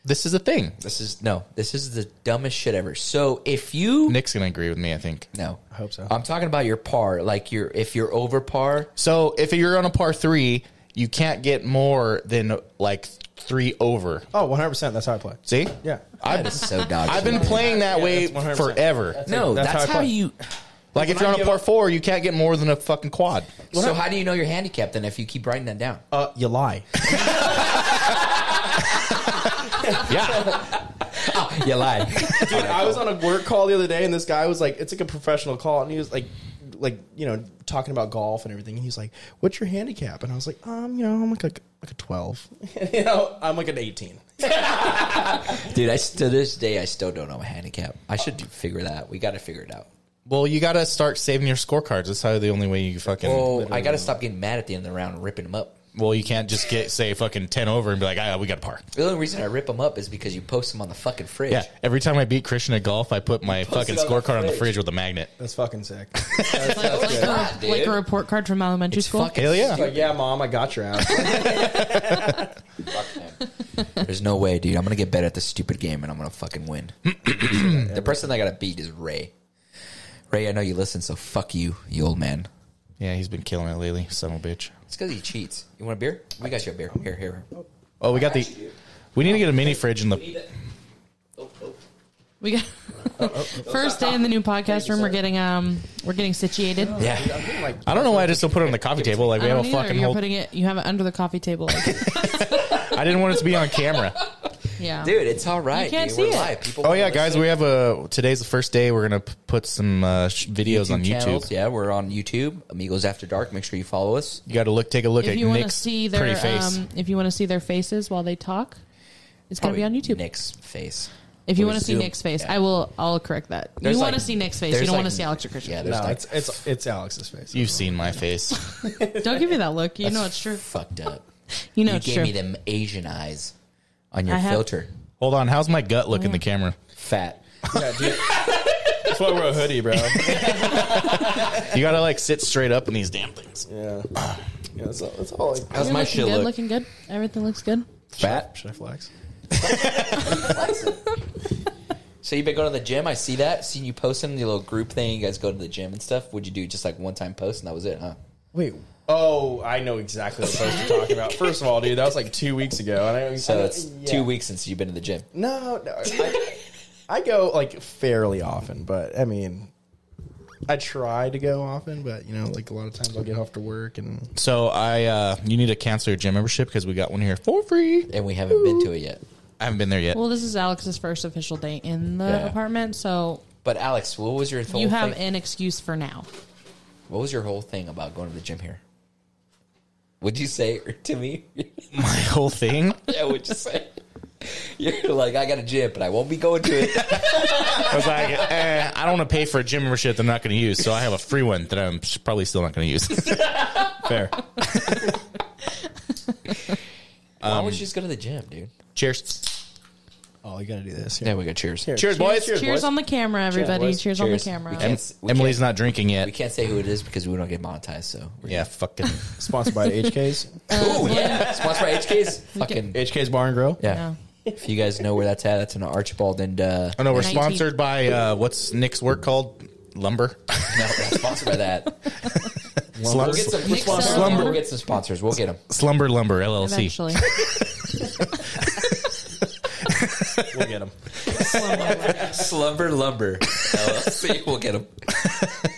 Speaker 1: This is a thing.
Speaker 2: This is no, this is the dumbest shit ever. So if you
Speaker 1: Nick's gonna agree with me, I think.
Speaker 2: No. I
Speaker 3: hope so.
Speaker 2: I'm talking about your par, like your if you're over par,
Speaker 1: So if you're on a par three, you can't get more than like three over.
Speaker 3: Oh, 100. percent That's how I play.
Speaker 1: See?
Speaker 3: Yeah.
Speaker 2: that is so dog.
Speaker 1: I've
Speaker 2: shit.
Speaker 1: been playing that
Speaker 3: Yeah,
Speaker 1: way
Speaker 3: that's 100%.
Speaker 1: forever.
Speaker 2: No,
Speaker 3: That's
Speaker 2: that's,
Speaker 3: how I
Speaker 2: how,
Speaker 3: play.
Speaker 2: you
Speaker 1: Like if you're
Speaker 3: I
Speaker 1: on a
Speaker 3: give
Speaker 1: par
Speaker 3: up-
Speaker 1: four, you can't get more than a fucking quad.
Speaker 2: So how do you know you're handicapped then if you keep writing that down?
Speaker 3: Uh, you lie.
Speaker 1: Yeah.
Speaker 2: you lied.
Speaker 3: Dude, I was on a work call the other day, and this guy was like, "It's like a professional call," and he was like, like you know, talking about golf and everything. And he's like, "What's your handicap?" And I was like, "Um, you know, I'm like a like a 12. you know, I'm like an 18."
Speaker 2: Dude, I to this day I still don't know my handicap. I should do, figure that. We got to figure it out.
Speaker 1: well, you gotta start saving your scorecards. That's how the only way you fucking.
Speaker 2: Oh, I got to stop getting mad at the end of the round and ripping them up.
Speaker 1: Well, you can't just get say fucking ten over and be like, ah, we got a par.
Speaker 2: The only reason I rip them up is because you post them on the fucking fridge.
Speaker 1: Yeah. Every time I beat Christian at golf, I put my fucking
Speaker 2: it on the
Speaker 1: scorecard on the
Speaker 2: fridge.
Speaker 1: fridge with a magnet.
Speaker 3: That's fucking sick.
Speaker 4: like, like,
Speaker 2: not,
Speaker 4: a, like
Speaker 2: dude.
Speaker 4: a report card from elementary
Speaker 2: It's
Speaker 4: school.
Speaker 2: fucking
Speaker 1: Hell yeah.
Speaker 2: stupid.
Speaker 3: like, yeah, mom, I got your ass.
Speaker 2: There's no way, dude. I'm gonna get better at this stupid game and I'm gonna fucking win. the person that I gotta beat is Ray. Ray, I know you listen, so fuck you, you old man.
Speaker 1: Yeah, he's been killing it lately, son of a bitch.
Speaker 2: It's because he cheats. You want a beer? We got you a beer. Here, here.
Speaker 1: Oh, we got the. We need to get a mini fridge in the.
Speaker 4: We got first day in the new podcast room. We're getting um, we're getting situated.
Speaker 2: Yeah.
Speaker 3: like,
Speaker 1: I don't know why I just don't put it on the coffee table. Like we
Speaker 4: I
Speaker 1: have
Speaker 4: don't
Speaker 1: a
Speaker 4: either.
Speaker 1: fucking
Speaker 4: You're
Speaker 1: whole.
Speaker 4: putting it. You have it under the coffee table.
Speaker 1: I didn't want it to be on camera.
Speaker 4: yeah,
Speaker 2: Dude, it's all right.
Speaker 4: You can't
Speaker 2: dude.
Speaker 4: see
Speaker 2: We're
Speaker 4: it.
Speaker 2: live. People
Speaker 1: Oh
Speaker 2: wanna
Speaker 1: yeah, guys,
Speaker 2: listen.
Speaker 1: we have a. Today's the first day. We're gonna p- put some uh, sh- videos on YouTube.
Speaker 2: channels. Yeah, we're on YouTube, Amigos After Dark. Make sure you follow us.
Speaker 1: You got to look, take a look
Speaker 4: if
Speaker 1: at
Speaker 4: you want to
Speaker 1: Nick's
Speaker 4: see
Speaker 1: pretty
Speaker 4: their
Speaker 1: face.
Speaker 4: um, if you want to see their faces while they talk, it's
Speaker 2: Oh,
Speaker 4: gonna be on YouTube.
Speaker 2: Nick's face.
Speaker 4: If you
Speaker 2: Or
Speaker 4: want to see
Speaker 2: Oh, Zoom.
Speaker 4: Nick's face,
Speaker 2: Yeah.
Speaker 4: I will. I'll correct that.
Speaker 2: There's
Speaker 4: you want to
Speaker 2: like-
Speaker 4: see Nick's face. You
Speaker 2: there's
Speaker 4: don't
Speaker 2: like-
Speaker 4: want to see Alex or Christian.
Speaker 2: Yeah, there's
Speaker 3: No,
Speaker 2: like
Speaker 3: it's it's it's Alex's face.
Speaker 1: You've seen my face.
Speaker 4: Don't give me that look. You know it's true.
Speaker 2: fucked up.
Speaker 4: You know
Speaker 2: you
Speaker 4: it's
Speaker 2: gave
Speaker 4: true.
Speaker 2: me them Asian eyes on your
Speaker 4: I have-
Speaker 2: filter.
Speaker 1: Hold on, how's my gut look in the camera?
Speaker 2: Fat.
Speaker 3: Yeah, dude. That's why I wear a hoodie, bro.
Speaker 1: You got to like sit straight up in these damn things.
Speaker 3: Yeah, yeah. That's all. That's all. Like,
Speaker 2: How's
Speaker 4: You're
Speaker 2: my
Speaker 4: looking
Speaker 2: shit
Speaker 4: good.
Speaker 2: look?
Speaker 4: Looking good. Everything looks good.
Speaker 2: Fat.
Speaker 3: should I flex?
Speaker 2: So you've been going to the gym. I see that. Seen you posting the little group thing. You guys go to the gym and stuff. Would you do just like one time post and that was it, huh?
Speaker 3: Wait. Oh, I know exactly what post you're talking about. First of all, dude, that was like two weeks ago, and I don't- I
Speaker 2: So
Speaker 3: don't-
Speaker 2: it's
Speaker 3: yeah.
Speaker 2: two weeks since you've been to the gym.
Speaker 3: No, no. I, I go like fairly often, but I mean, I try to go often, but you know, like a lot of times I'll get off to work and
Speaker 1: So I, uh, you need to cancel your gym membership because we got one here for free.
Speaker 2: And we haven't been to it yet.
Speaker 1: I haven't been there yet.
Speaker 4: Well, this is Alex's first official day in the
Speaker 2: Yeah.
Speaker 4: apartment, so
Speaker 2: But Alex, what was your whole
Speaker 4: you have
Speaker 2: thing?
Speaker 4: an excuse for now.
Speaker 2: what was your whole thing about going to the gym here? Would you say to me?
Speaker 1: My whole thing.
Speaker 2: yeah, would you say? You're like, I got a gym, but I won't be going to it.
Speaker 1: I was like, eh, I don't want to pay for a gym membership that I'm not going to use, so I have a free one that I'm s- probably still not going to use.
Speaker 3: fair.
Speaker 2: Why would you just go to the gym, dude?
Speaker 1: Cheers.
Speaker 3: Oh, you gotta do this.
Speaker 2: There we go. Cheers.
Speaker 3: Here.
Speaker 1: Cheers, boys.
Speaker 4: Cheers, on the camera, everybody.
Speaker 2: boys.
Speaker 4: Cheers, on the
Speaker 2: Cheers. We
Speaker 4: camera.
Speaker 2: can't-
Speaker 1: Em-
Speaker 2: we
Speaker 1: Emily's not drinking
Speaker 2: We
Speaker 1: yet.
Speaker 2: can't say who it is because we don't get monetized. So we're
Speaker 1: Yeah, fucking. Oh,
Speaker 3: Sponsored by HK's.
Speaker 2: Oh yeah, sponsored by HK's. Fucking
Speaker 3: HK's Bar and Grill.
Speaker 2: yeah.
Speaker 4: No.
Speaker 2: If you guys know where that's at, that's in Archibald and uh,
Speaker 1: Oh no, we're
Speaker 4: 19.
Speaker 1: sponsored by uh, what's Nick's work called? Lumber.
Speaker 2: no, that's sponsored by that. We'll get some we'll
Speaker 4: Nick sells
Speaker 2: sponsors.
Speaker 4: lumber.
Speaker 2: We'll get some sponsors. We'll get them.
Speaker 1: Slumber Lumber LLC.
Speaker 4: Eventually.
Speaker 3: We'll get them.
Speaker 2: Slumber lumber. LLC. We'll get them.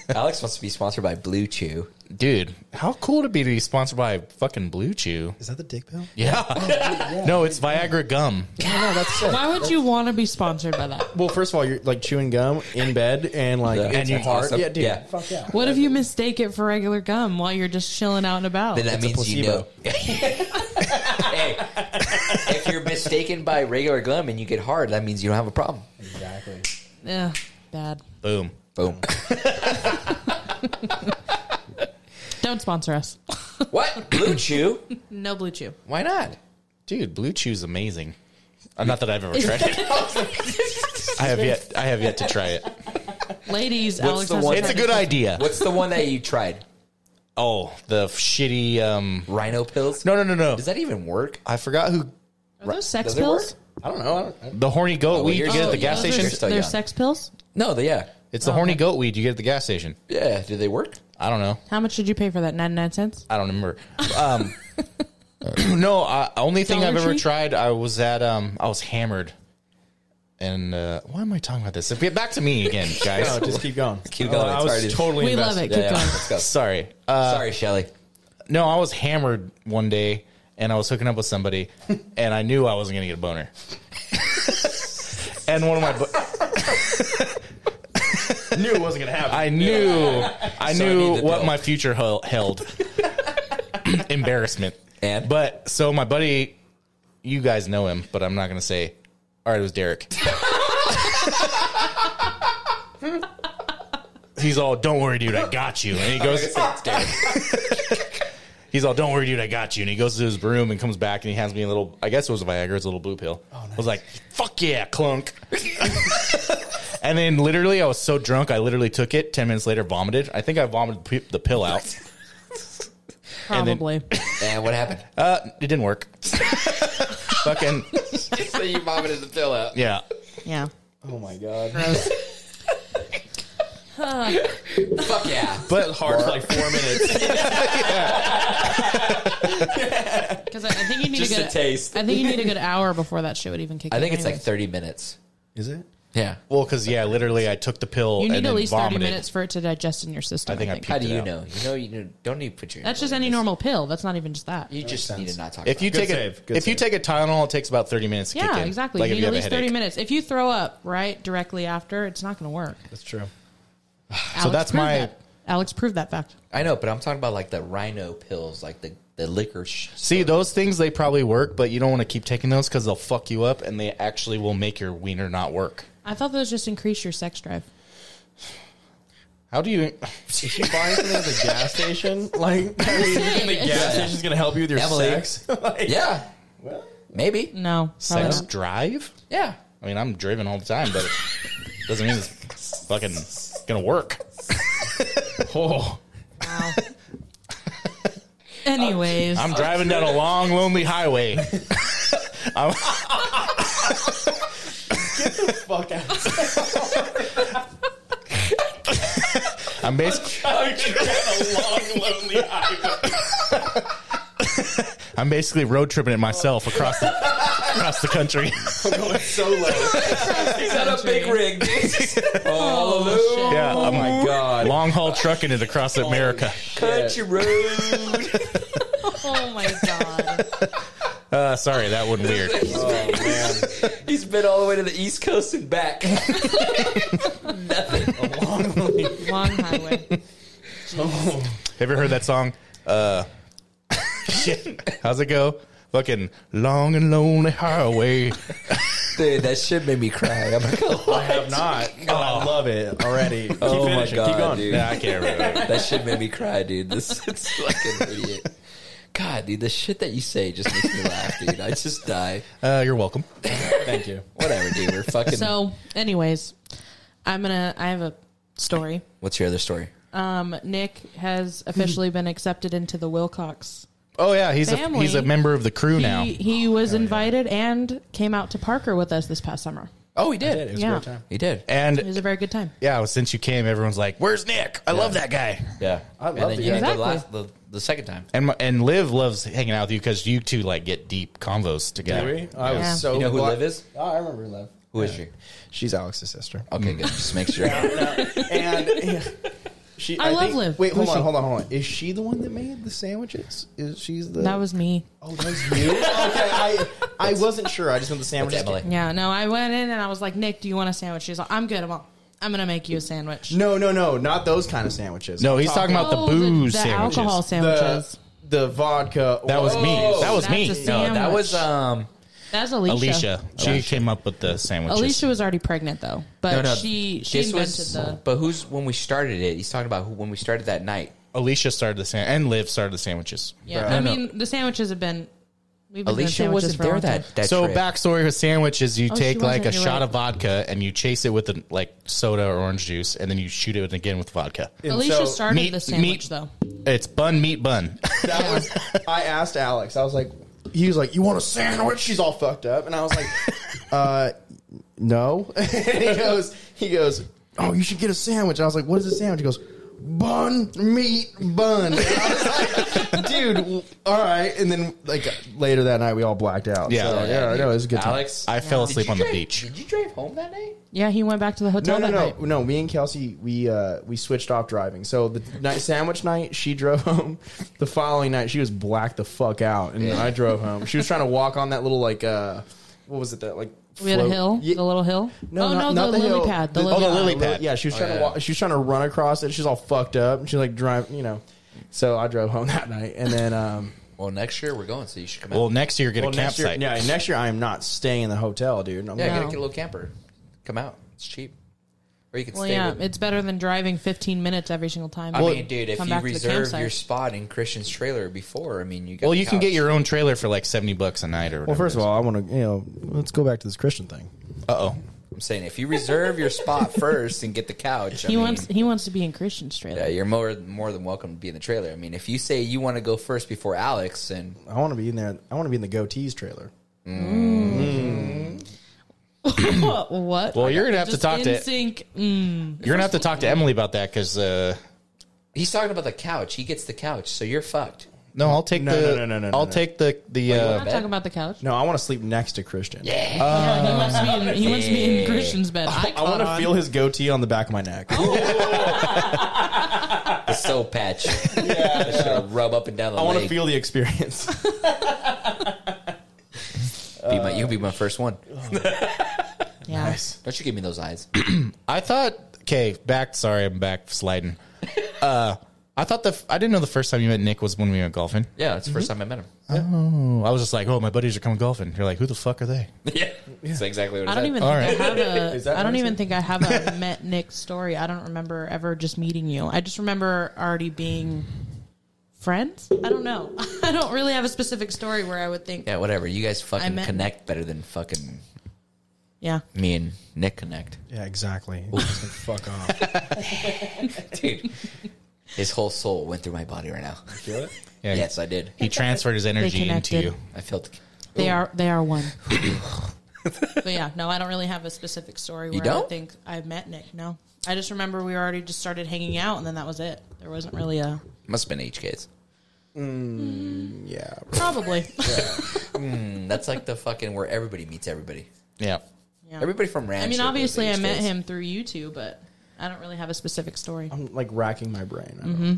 Speaker 2: Alex wants to be sponsored by Blue Chew.
Speaker 1: Dude, how cool would it be to be sponsored by fucking Blue Chew?
Speaker 3: Is that the dick pill?
Speaker 1: Yeah. no, it's Viagra gum.
Speaker 3: No, that's sick.
Speaker 4: Why would you want to be sponsored by that?
Speaker 3: Well, first of all, you're like chewing gum in bed and like
Speaker 2: Yeah.
Speaker 3: it's
Speaker 2: And you-
Speaker 3: hard.
Speaker 2: awesome.
Speaker 3: Yeah, dude.
Speaker 2: Yeah.
Speaker 3: Fuck yeah.
Speaker 4: What if you mistake it for regular gum while you're just chilling out and about?
Speaker 2: Then that
Speaker 3: a
Speaker 2: means you know.
Speaker 3: placebo.
Speaker 2: hey, if you're mistaken by regular gum and you get hard, that means you don't have a problem.
Speaker 3: Exactly.
Speaker 4: Ugh, Eh, bad.
Speaker 1: Boom.
Speaker 2: Boom.
Speaker 4: Don't sponsor us.
Speaker 2: what Blue Chew?
Speaker 4: No blue chew.
Speaker 2: Why not?
Speaker 1: Dude, blue chew's amazing. Uh, not that I've ever tried it. I have yet. I have yet to try it.
Speaker 4: Ladies, Alex
Speaker 2: the
Speaker 4: has
Speaker 2: one-
Speaker 4: to
Speaker 1: It's a
Speaker 4: try
Speaker 1: good
Speaker 4: this.
Speaker 1: idea.
Speaker 2: What's the one that you tried?
Speaker 1: Oh, the shitty. Um,
Speaker 2: Rhino pills?
Speaker 1: no, no, no, no.
Speaker 2: Does that even work?
Speaker 1: I forgot who.
Speaker 4: Are those sex
Speaker 2: Does it work?
Speaker 4: pills?
Speaker 3: I don't know. I don't, I,
Speaker 1: The horny goat
Speaker 2: well,
Speaker 1: weed you
Speaker 2: you're
Speaker 1: get at
Speaker 2: still
Speaker 1: the gas
Speaker 2: young.
Speaker 4: Those are-
Speaker 1: station.
Speaker 2: You're still
Speaker 4: they're
Speaker 2: young.
Speaker 4: sex pills?
Speaker 2: No, the, yeah.
Speaker 1: It's the horny goat weed you get at the gas station.
Speaker 2: Yeah, do they work?
Speaker 1: I don't know.
Speaker 4: How much did you pay for that? 99 cents?
Speaker 1: I don't remember. Um, no, I, only thing I've
Speaker 4: Dollar
Speaker 1: ever
Speaker 4: Tree?
Speaker 1: tried, I was at, um, I was hammered. And uh, why am I talking about this? Get back to me again, guys.
Speaker 3: no, just keep going.
Speaker 2: Keep
Speaker 1: Oh,
Speaker 2: going.
Speaker 3: I
Speaker 2: It's
Speaker 3: was
Speaker 2: hard to-
Speaker 3: totally.
Speaker 4: We love
Speaker 3: invested.
Speaker 4: it.
Speaker 2: Yeah,
Speaker 4: Keep
Speaker 2: yeah,
Speaker 4: going.
Speaker 2: let's go.
Speaker 1: Sorry. Uh,
Speaker 2: Sorry, Shelly.
Speaker 1: no, I was hammered one day, and I was hooking up with somebody, and I knew I wasn't gonna get a boner. and one of my, bo-
Speaker 3: Knew it wasn't gonna happen.
Speaker 1: I knew, I
Speaker 2: So I
Speaker 1: knew
Speaker 2: need the
Speaker 1: what
Speaker 2: pill.
Speaker 1: my future hel- held. Embarrassment.
Speaker 2: And?
Speaker 1: but so my buddy, you guys know him, but I'm not gonna say. All right, it was Derek. He's all, "Don't worry, dude, I got you." And he goes, He's all, "Don't worry, dude, I got you." And he goes to his room and comes back and he hands me a little. I guess it was a Viagra, it's a little blue pill.
Speaker 4: Oh,
Speaker 1: I was like, "Fuck yeah, clunk." and then literally, I was so drunk, I literally took it. Ten minutes later, vomited. I think I vomited p- the pill out. then-
Speaker 4: Probably.
Speaker 2: and what happened?
Speaker 1: Uh, it didn't work. Fucking
Speaker 2: so you vomited the pill out.
Speaker 1: yeah.
Speaker 4: yeah.
Speaker 3: Oh my god.
Speaker 2: Fuck yeah.
Speaker 1: But
Speaker 3: Hard for like four minutes.
Speaker 4: Because I, I think you need
Speaker 2: Just
Speaker 4: a
Speaker 2: a
Speaker 4: good
Speaker 2: taste.
Speaker 4: I think you need a good hour before that shit would even kick.
Speaker 2: I
Speaker 4: in
Speaker 2: think it's like
Speaker 4: anyways.
Speaker 2: 30 minutes.
Speaker 3: Is it?
Speaker 2: Yeah.
Speaker 1: Well, because yeah, literally, I took the pill
Speaker 4: you
Speaker 1: and
Speaker 4: need
Speaker 1: then
Speaker 4: at least
Speaker 1: vomited.
Speaker 4: thirty minutes for it to digest in your system.
Speaker 1: I think I puked
Speaker 2: How do
Speaker 1: it
Speaker 2: you
Speaker 1: out.
Speaker 2: know? You know you don't- don't need to put your
Speaker 4: that's just any normal pill. That's not even just that.
Speaker 2: You just
Speaker 3: makes
Speaker 2: need
Speaker 3: sense.
Speaker 2: to not talk
Speaker 1: If you
Speaker 3: Good
Speaker 1: take
Speaker 3: save,
Speaker 1: a
Speaker 3: good
Speaker 1: if you
Speaker 3: save.
Speaker 1: take a Tylenol, it takes about thirty minutes to kick
Speaker 4: yeah,
Speaker 1: in.
Speaker 4: exactly.
Speaker 1: Like
Speaker 4: you
Speaker 1: if
Speaker 4: need
Speaker 1: you
Speaker 4: at
Speaker 1: have a
Speaker 4: least thirty
Speaker 1: headache.
Speaker 4: minutes. If you throw up right directly after, it's not going to work.
Speaker 3: That's true.
Speaker 4: Alex
Speaker 1: that's
Speaker 4: proved
Speaker 1: my-
Speaker 4: that. Alex proved that fact.
Speaker 2: I know, but I'm talking about like the rhino pills, like the, the liquor. Sh-
Speaker 1: See, those things they probably work, but you don't want to keep taking those because they'll fuck you up, and they actually will make your wiener not work.
Speaker 4: I thought those just increase your sex drive.
Speaker 1: How do you?
Speaker 3: If you buy something at the gas station, like I mean, you think the gas station's gonna help you with your
Speaker 2: Emily.
Speaker 3: sex? like,
Speaker 2: yeah.
Speaker 3: Well,
Speaker 2: Maybe.
Speaker 4: No, probably
Speaker 1: Sex
Speaker 4: not.
Speaker 1: drive?
Speaker 2: Yeah.
Speaker 1: I mean, I'm driven all the time, but it doesn't mean it's fucking gonna work.
Speaker 3: oh,
Speaker 4: Anyways,
Speaker 1: I'm driving down a long, lonely highway.
Speaker 3: fuck out.
Speaker 1: I'm basically, I'm basically road tripping it myself across the, across the country.
Speaker 3: so low.
Speaker 2: He's on a big rig. oh,
Speaker 1: Yeah,
Speaker 2: oh
Speaker 1: I'm
Speaker 2: my God.
Speaker 1: long haul trucking it across America.
Speaker 2: Country road.
Speaker 4: oh my god,
Speaker 1: Uh, sorry, that one weird.
Speaker 2: He's been all the way to the East Coast and back. Nothing.
Speaker 4: long highway.
Speaker 1: Have you heard that song? Uh, shit. How's it go? Fucking long and lonely highway.
Speaker 2: Dude, that shit made me cry. I'm not gonna
Speaker 3: I
Speaker 2: lie.
Speaker 3: have not. Oh, I love it already. Keep
Speaker 2: Oh my
Speaker 3: finishing.
Speaker 2: God,
Speaker 3: Keep going.
Speaker 2: dude.
Speaker 1: Nah, I can't remember.
Speaker 2: That shit made me cry, dude. This is fucking idiot. God, dude, the shit that you say just makes me laugh, dude. I just die.
Speaker 1: Uh, you're welcome.
Speaker 3: Thank you.
Speaker 2: Whatever, dude. We're fucking.
Speaker 4: So, anyways, I'm gonna. I have a story.
Speaker 2: What's your other story?
Speaker 4: Um, Nick has officially been accepted into the Wilcox
Speaker 1: Oh yeah, he's a
Speaker 4: Family.
Speaker 1: he's a member of the crew now.
Speaker 4: He, he was invited and came out to Parker with us this past summer.
Speaker 2: Oh, he did.
Speaker 3: It was
Speaker 4: Yeah.
Speaker 3: a great time.
Speaker 2: He did.
Speaker 4: It
Speaker 1: And
Speaker 4: was a very good time.
Speaker 1: yeah, well, since you came, everyone's like, "Where's Nick? I love that guy."
Speaker 2: Yeah,
Speaker 3: I love
Speaker 2: and then
Speaker 3: the
Speaker 2: you
Speaker 3: guy.
Speaker 2: did the
Speaker 4: Exactly.
Speaker 2: last the, the second time.
Speaker 1: And my- and Liv loves hanging out with you because you two like get deep convos together.
Speaker 3: Did we? I was
Speaker 4: Yeah.
Speaker 3: so.
Speaker 2: You know who
Speaker 3: blo-
Speaker 2: Liv is?
Speaker 3: Oh, I remember Liv.
Speaker 2: Who is she?
Speaker 3: She's Alex's sister.
Speaker 2: Okay, good. Just make sure.
Speaker 3: and she.
Speaker 4: I love Liv.
Speaker 3: Wait, hold
Speaker 4: Who's
Speaker 3: on,
Speaker 4: she?
Speaker 3: hold on, hold on. Is she the one that made the sandwiches? Is she's the?
Speaker 4: That was me.
Speaker 3: Oh, that was you. okay, I I wasn't sure. I just know the sandwiches.
Speaker 2: Emily.
Speaker 4: Yeah, no, I went in and I was like, Nick, do you want a sandwich? She's like, I'm good. I'm, all, I'm going to make you a sandwich.
Speaker 3: No, no, no, not those kind of sandwiches.
Speaker 1: No, he's talking about the
Speaker 4: Oh,
Speaker 1: booze
Speaker 4: the,
Speaker 1: sandwiches.
Speaker 4: alcohol
Speaker 3: the
Speaker 4: sandwiches.
Speaker 3: the vodka.
Speaker 1: That was me.
Speaker 2: Whoa.
Speaker 1: That was
Speaker 4: That's
Speaker 1: me.
Speaker 4: a
Speaker 1: No,
Speaker 4: sandwich.
Speaker 2: that was um.
Speaker 4: That's Alicia.
Speaker 1: Alicia. She came up with the sandwiches.
Speaker 4: Alicia was already pregnant though, but
Speaker 2: No, no.
Speaker 4: she she
Speaker 2: this
Speaker 4: invented
Speaker 2: was,
Speaker 4: the.
Speaker 2: But who's when we started it? He's talking about who when we started that night.
Speaker 1: Alicia started the sand and Liv started the sandwiches.
Speaker 4: Yeah,
Speaker 3: Bro.
Speaker 2: No,
Speaker 4: I
Speaker 2: no.
Speaker 4: mean the sandwiches have been We've been doing
Speaker 2: Alicia wasn't
Speaker 4: sandwiches for a
Speaker 2: there
Speaker 4: long time.
Speaker 2: that, that
Speaker 1: so
Speaker 2: trip.
Speaker 1: backstory with sandwich is you
Speaker 4: Oh,
Speaker 1: take
Speaker 4: she
Speaker 1: like a
Speaker 4: wasn't, you're
Speaker 1: shot
Speaker 4: right.
Speaker 1: of vodka and you chase it with a, like soda or orange juice and then you shoot it again with vodka.
Speaker 4: Alicia
Speaker 3: so-
Speaker 4: started
Speaker 1: Meat-
Speaker 4: the
Speaker 1: meat-
Speaker 4: sandwich though.
Speaker 1: It's bun meat bun.
Speaker 3: That was. I asked Alex. I was like, he was like, "You want a sandwich?" She's all fucked up, and I was like, uh, "No." and he goes, he goes, "Oh, you should get a sandwich." I was like, "What is a sandwich?" He goes, "Bun meat bun." And I was like, "Dude, w- all right." And then like later that night, we all blacked out.
Speaker 1: Yeah.
Speaker 2: Oh,
Speaker 3: so, yeah, I know it was a good time.
Speaker 2: Alex,
Speaker 1: I fell asleep
Speaker 2: Did you
Speaker 1: on the
Speaker 2: drive-
Speaker 1: beach.
Speaker 2: Did you drive home that day?
Speaker 4: Yeah, he went back to the hotel
Speaker 3: No, no,
Speaker 4: that
Speaker 3: no,
Speaker 4: night.
Speaker 3: no. Me and Kelsey, we uh, we switched off driving. So the night sandwich night, she drove home. The following night, she was black the fuck out, and I drove home. She was trying to walk on that little like uh, what was it that like
Speaker 4: We had a
Speaker 3: float-
Speaker 4: hill,
Speaker 3: Ye-
Speaker 4: the little hill.
Speaker 3: No,
Speaker 4: oh
Speaker 3: not,
Speaker 4: no,
Speaker 3: not
Speaker 4: the,
Speaker 3: the,
Speaker 4: lily
Speaker 3: hill.
Speaker 4: pad. The,
Speaker 3: The-
Speaker 4: lily
Speaker 1: oh, the
Speaker 4: pad.
Speaker 1: lily pad.
Speaker 3: Yeah, she was trying
Speaker 2: yeah.
Speaker 3: to walk, she was trying to run across it. She's all fucked up. and She's like drive, you know. So I drove home that night, and then um,
Speaker 2: Well, next year we're going, so you should come
Speaker 1: Well,
Speaker 2: out.
Speaker 1: next year get
Speaker 3: well,
Speaker 1: a
Speaker 3: next year,
Speaker 1: campsite.
Speaker 3: yeah, next year I am not staying in the hotel, dude. I'm
Speaker 2: Yeah,
Speaker 3: like,
Speaker 2: get, a,
Speaker 4: No.
Speaker 2: get a little camper. Come out. It's cheap. Or you can
Speaker 4: Well,
Speaker 2: stay
Speaker 4: yeah,
Speaker 2: with
Speaker 4: it's better than driving 15 minutes every single time.
Speaker 2: I mean, dude, if
Speaker 4: come
Speaker 2: you
Speaker 4: back to the
Speaker 2: reserve
Speaker 4: campsite.
Speaker 2: your spot in Christian's trailer before, I mean, you got
Speaker 1: Well,
Speaker 2: the
Speaker 1: you can
Speaker 2: couch.
Speaker 1: get your own trailer for like seventy bucks a night or.
Speaker 3: well, first of all, I want to you know let's go back to this Christian thing.
Speaker 1: uh oh.
Speaker 2: I'm saying if you reserve your spot first and get the couch, I
Speaker 4: he
Speaker 2: mean,
Speaker 4: wants he wants to be in Christian's trailer.
Speaker 2: yeah, you're more more than welcome to be in the trailer. I mean, if you say you want to go first before Alex, and
Speaker 3: I want to be in there. I want to be in the goatees trailer.
Speaker 4: what?
Speaker 1: Well, you're gonna have to
Speaker 4: Just
Speaker 1: talk
Speaker 4: in
Speaker 1: to
Speaker 4: sync. Mm.
Speaker 1: you're gonna have to talk to Emily about that because uh,
Speaker 2: he's talking about the couch, he gets the couch, so you're fucked.
Speaker 1: no, I'll take
Speaker 3: No,
Speaker 1: the
Speaker 3: no, no, no, no,
Speaker 1: I'll
Speaker 3: no.
Speaker 1: take the the
Speaker 4: We're not
Speaker 1: uh,
Speaker 4: talking about the couch.
Speaker 3: No, I want to sleep next to Christian. Yeah.
Speaker 4: Yeah, he wants to be in, he wants to be in Christian's bed. I,
Speaker 3: I want to feel his goatee on the back of my neck.
Speaker 2: The soul patch, yeah, just gonna rub up and down the
Speaker 3: I want to
Speaker 2: leg.
Speaker 3: feel the experience.
Speaker 2: be my, you can be my first one.
Speaker 4: yeah.
Speaker 2: Don't you give me those eyes?
Speaker 1: I thought okay back sorry I'm back sliding. uh, I thought the f- I didn't know the first time you met Nick was when we went golfing.
Speaker 2: Yeah, it's the first time I met him.
Speaker 1: I was just like, oh my buddies are coming golfing. You're like, who the fuck are they?
Speaker 2: Yeah, that's exactly what
Speaker 4: I don't even
Speaker 1: All
Speaker 4: think
Speaker 1: right.
Speaker 4: I have
Speaker 3: Is
Speaker 4: a.
Speaker 3: that
Speaker 4: I don't
Speaker 3: what it
Speaker 4: even
Speaker 3: is?
Speaker 4: think I have a met Nick story. I don't remember ever just meeting you. I just remember already being friends. I don't know. I don't really have a specific story where I would think. Yeah.
Speaker 2: Yeah, whatever. You guys fucking
Speaker 4: met-
Speaker 2: connect better than fucking me and Nick connect.
Speaker 3: yeah, exactly. fuck off.
Speaker 2: Dude, his whole soul went through my body right now.
Speaker 3: Feel it?
Speaker 1: Yeah,
Speaker 2: Yes, I did.
Speaker 1: he transferred his energy into
Speaker 4: connected.
Speaker 1: you.
Speaker 2: I felt.
Speaker 4: They are they are one. but yeah, no, I don't really have a specific story where I
Speaker 2: don't?
Speaker 4: would think I met Nick. No. I just remember we already just started hanging out and then that was it. There wasn't really a
Speaker 2: Must have been HK's.
Speaker 3: Yeah.
Speaker 4: probably.
Speaker 2: Mm, that's like the fucking where everybody meets everybody.
Speaker 1: Yeah.
Speaker 4: Yeah.
Speaker 2: Everybody from Ranch.
Speaker 4: I mean,
Speaker 2: goes to
Speaker 4: obviously I
Speaker 2: HK's.
Speaker 4: met him through you two, but I don't really have a specific story.
Speaker 3: I'm like racking my brain. I don't know.